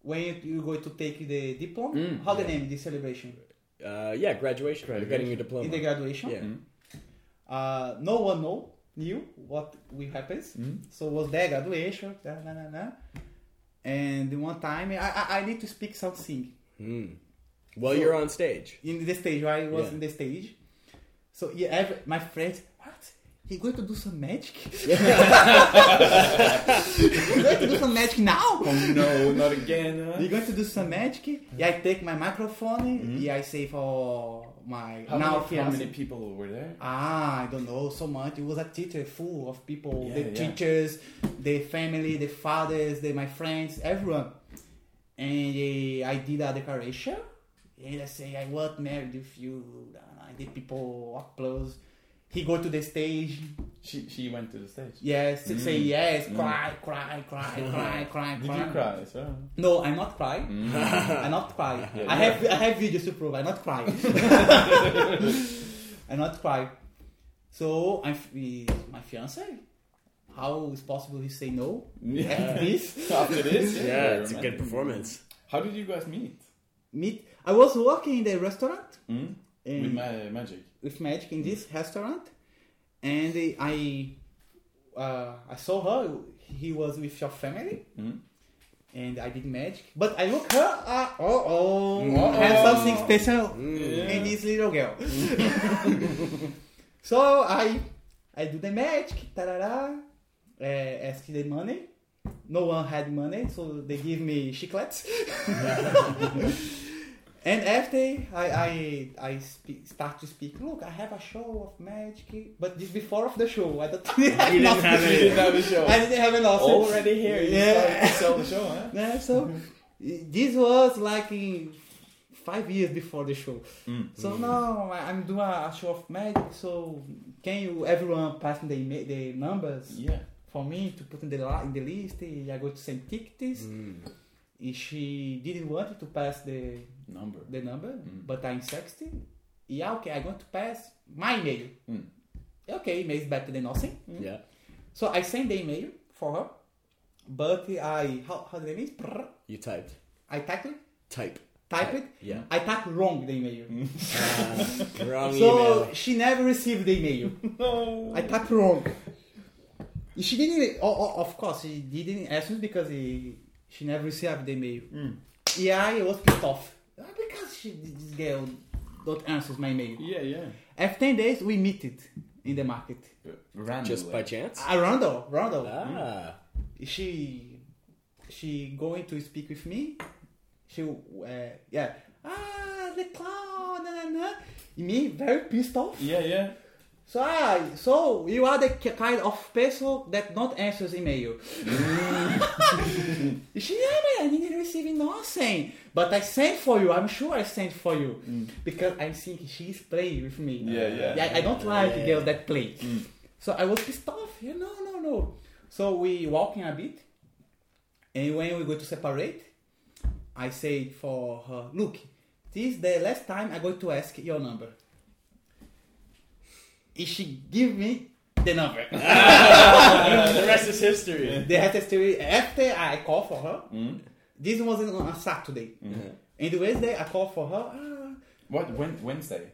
Speaker 4: When you, you go to take the diploma?
Speaker 2: Mm.
Speaker 4: How the name? The celebration.
Speaker 5: Uh, yeah, graduation. You're getting your diploma.
Speaker 4: In the graduation.
Speaker 5: yeah.
Speaker 4: Uh, no one know knew what will happens. So was their graduation. da, na, na, na. And one time I, I, I need to speak something
Speaker 5: Well, you're on stage. *laughs*
Speaker 4: in the stage. Right? I was
Speaker 5: Yeah.
Speaker 4: in the stage. So yeah, every, my friends, what? He going to do some magic? *laughs* you going to do some magic now?
Speaker 2: No, not again. huh?
Speaker 4: You're going to do some magic? Yeah, I take my microphone. Yeah, I say for my
Speaker 2: How,
Speaker 4: *laughs* now
Speaker 2: many, how
Speaker 4: fiance.
Speaker 2: many people were there?
Speaker 4: Ah, I don't know so much. It was a theater full of people,
Speaker 2: Yeah,
Speaker 4: the
Speaker 2: yeah.
Speaker 4: teachers, the family, the fathers, the, my friends, everyone. And eh, I did a declaration. And I say, I was married with you. And the people applause. He go to the stage.
Speaker 2: She she went to the stage.
Speaker 4: Yes, say yes. Cry, cry, cry, cry, cry,
Speaker 2: Mm. *laughs* Did you cry Mm. as well?
Speaker 4: No, I'm not cry.
Speaker 5: Hmm.
Speaker 4: I'm not cry.
Speaker 2: *laughs* Yeah,
Speaker 4: I
Speaker 2: yeah.
Speaker 4: have I have videos to prove I'm not cry. *laughs* I'm not cry. So I'm f- with my fiance. How is possible he say no?
Speaker 5: *laughs*
Speaker 2: Yeah.
Speaker 4: At this
Speaker 2: *laughs* After this, yeah,
Speaker 5: Yeah, it's a
Speaker 2: remember.
Speaker 5: good performance.
Speaker 2: How did you guys meet?
Speaker 4: meet. I was working in the restaurant
Speaker 2: Mm?
Speaker 4: and
Speaker 2: With Mm.
Speaker 4: with,
Speaker 2: ma- magic.
Speaker 4: magic in this restaurant, and I uh, I saw her. He was with your family.
Speaker 2: Mm.
Speaker 4: And I did magic, but I look her. Uh, oh, oh,
Speaker 2: Uh-oh.
Speaker 4: I have something special.
Speaker 2: Mm. Yeah.
Speaker 4: and this little *laughs* girl. so I I do the magic, tarara, uh, ask the money. No one had money, so they give me chiclets. *laughs* And after I, I, I speak, start to speak, look, I have a show of magic, but this before of the show, I don't *laughs* I
Speaker 5: You didn't
Speaker 4: lost
Speaker 5: have
Speaker 4: it.
Speaker 5: any.
Speaker 2: Didn't have a show.
Speaker 4: I didn't have an offer.
Speaker 2: *laughs* Already here, you
Speaker 4: Yeah.
Speaker 2: yeah. sell the show, huh?
Speaker 4: Yeah, so
Speaker 2: Mm-hmm.
Speaker 4: this was like in five years before the show.
Speaker 2: Mm. Mm-hmm.
Speaker 4: So now I- I'm doing a a show of magic. So can you everyone pass the the numbers
Speaker 2: *laughs* Yeah.
Speaker 4: for me to put in the li- in the list? I go to send tickets.
Speaker 2: Mm.
Speaker 4: And she didn't want to pass the
Speaker 2: Number. *laughs*
Speaker 4: the number,
Speaker 2: Mm.
Speaker 4: but I'm 60. Yeah, okay, I'm going to pass my email.
Speaker 2: Mm.
Speaker 4: Okay, email is better than nothing. Mm.
Speaker 5: Yeah.
Speaker 4: So I send the email for her, but I, how, how the name is? Prrr.
Speaker 5: You typed.
Speaker 4: I typed it,
Speaker 5: *laughs* Type.
Speaker 4: typed it.
Speaker 5: Yeah.
Speaker 4: I typed wrong the email.
Speaker 5: Uh, Wrong
Speaker 4: So *laughs*
Speaker 5: email.
Speaker 4: she never received the
Speaker 5: *laughs*
Speaker 4: email.
Speaker 2: No.
Speaker 4: I typed wrong. She didn't, oh, oh, of course, she didn't ask me because he, she never received the email.
Speaker 5: Mm.
Speaker 4: Yeah, I was pissed off. Ah, Because she, this girl don't answer my email.
Speaker 2: Yeah, yeah.
Speaker 4: After 10 days, we meet it in the market.
Speaker 2: Randomly.
Speaker 5: Just by chance?
Speaker 4: Ah, Rondo, Rondo.
Speaker 5: Ah.
Speaker 4: She, she going to speak with me. She, uh, yeah. Ah, the clown, na, na, na. Me, very pissed off.
Speaker 2: Yeah, yeah.
Speaker 4: So, ah, so you are the ki- kind of person that not answers email.
Speaker 2: Mm.
Speaker 4: *laughs* she, yeah, man, I didn't receive nothing. But I sent for you. I'm sure I sent for you. Because I think she's playing with me.
Speaker 2: Mm. Yeah, yeah. Mm.
Speaker 4: I don't like
Speaker 5: Yeah.
Speaker 4: girls that play. So I was pissed off. Yeah, no, no, no. So we walking a bit. And when we go to separate, I say for her, look, this is the last time I'm going to ask your number. And she give me the number.
Speaker 5: the rest is history.
Speaker 4: the rest is still- after I call for her,
Speaker 2: Mm.
Speaker 4: this was on a Saturday.
Speaker 2: Mm-hmm.
Speaker 4: And Wednesday I call for her, ah,
Speaker 2: What? Wen- Wednesday?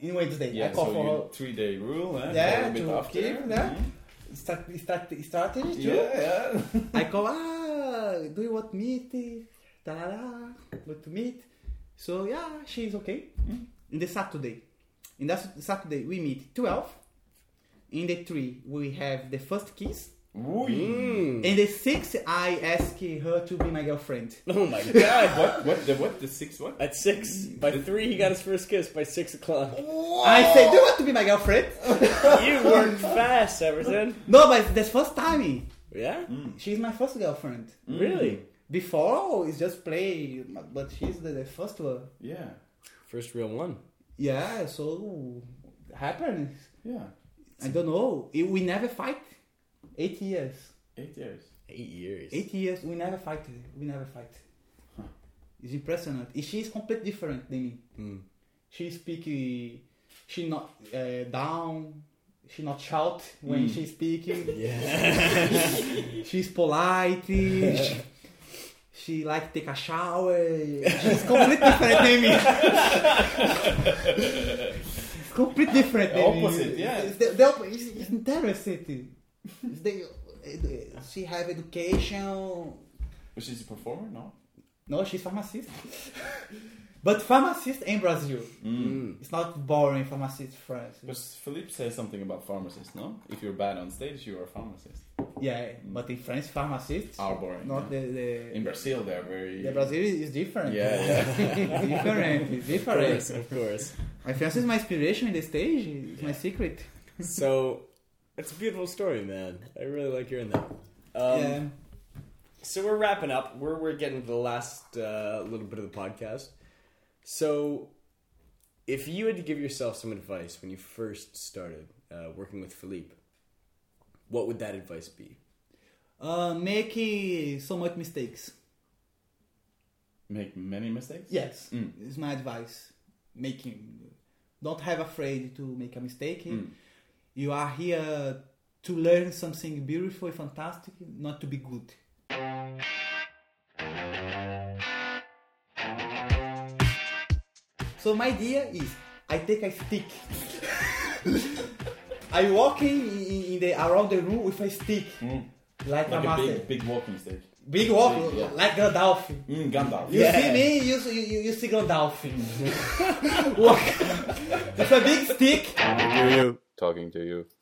Speaker 4: in Wednesday I
Speaker 2: Yeah,
Speaker 4: call
Speaker 2: so
Speaker 4: for
Speaker 2: you
Speaker 4: her.
Speaker 2: three day rule, eh?
Speaker 4: Yeah,
Speaker 2: a bit
Speaker 4: to
Speaker 2: after. Mm-hmm.
Speaker 4: keep, yeah. Start, start, strategy too.
Speaker 2: Yeah, yeah. *laughs*
Speaker 4: I call, ah, do you want meat? Da da da, want to meet? So yeah, she's okay.
Speaker 2: Mm-hmm.
Speaker 4: In the Saturday, in that Saturday we meet 12. In the three we have the first kiss.
Speaker 2: Ooh.
Speaker 5: Hmm.
Speaker 4: In the six I ask her to be my girlfriend.
Speaker 5: *laughs* Oh *laughs* my god.
Speaker 2: What? What? The what? The six? What?
Speaker 5: At six. By three, he got his first kiss. By six o'clock.
Speaker 4: I say, do you want to be my girlfriend?
Speaker 5: You worked fast, Everton.
Speaker 4: no, but that's first time.
Speaker 5: Yeah?
Speaker 4: She's my first girlfriend.
Speaker 5: Really?
Speaker 4: Before oh, it's just play, but she's the, the first one.
Speaker 2: Yeah,
Speaker 5: First real one.
Speaker 4: Yeah, so happens.
Speaker 2: yeah.
Speaker 4: I don't know. It- We never fight. Eight years.
Speaker 2: Eight years.
Speaker 5: Eight years.
Speaker 4: Eight years. We never fight. We never fight. It's impressionant. And She is completely different than me. She speak. uh, She not uh, down. She not shout when she speaking.
Speaker 5: Yeah.
Speaker 4: She's polite. she, she like take a shower. She's completely different than me. completely different than me.
Speaker 2: É Opposite, yeah.
Speaker 4: It's, the, the oppo- it's, it's interesting. It's the, edu- she have education.
Speaker 2: Was she a performer? No.
Speaker 4: No, she's pharmacist. but pharmacist in Brazil.
Speaker 2: Mm.
Speaker 4: It's not boring pharmacist in France.
Speaker 2: But Philippe says something about pharmacists. No, if you're bad on stage, you are a pharmacist.
Speaker 4: yeah, but in France, pharmacists
Speaker 2: Are boring.
Speaker 4: Not the,
Speaker 2: yeah.
Speaker 4: the
Speaker 2: In Brazil, they're very.
Speaker 4: The Brazil is different.
Speaker 2: Yeah, yeah.
Speaker 4: It's *laughs* different. It's
Speaker 5: *laughs* Of course,
Speaker 4: different.
Speaker 5: of course.
Speaker 4: My fiance is my inspiration in the stage. It's my secret.
Speaker 5: So, it's a beautiful story, man. I really like hearing that. Um,
Speaker 4: yeah.
Speaker 5: So we're wrapping up. We're we're getting to the last uh, little bit of the podcast. So, if you had to give yourself some advice when you first started uh, working with Philippe, what would that advice be?
Speaker 4: Uh, make eh, so much mistakes.
Speaker 2: Make many mistakes.
Speaker 4: Yes, it's my advice. Making, don't have afraid to make a mistake. You are here to learn something beautiful, and fantastic, not to be good. So my idea is, I take a stick. I walk in, in, in the around the room with a stick, like,
Speaker 2: Like
Speaker 4: a,
Speaker 2: a
Speaker 4: master.
Speaker 2: big, big walking stick.
Speaker 4: big, walk,
Speaker 2: big, yeah.
Speaker 4: like Gandalf.
Speaker 2: Mm, Gandalf.
Speaker 4: You see me, you, see- you, you see Gandalf. *laughs* Walk. It's a big stick.
Speaker 3: Talking to you. Talking to you.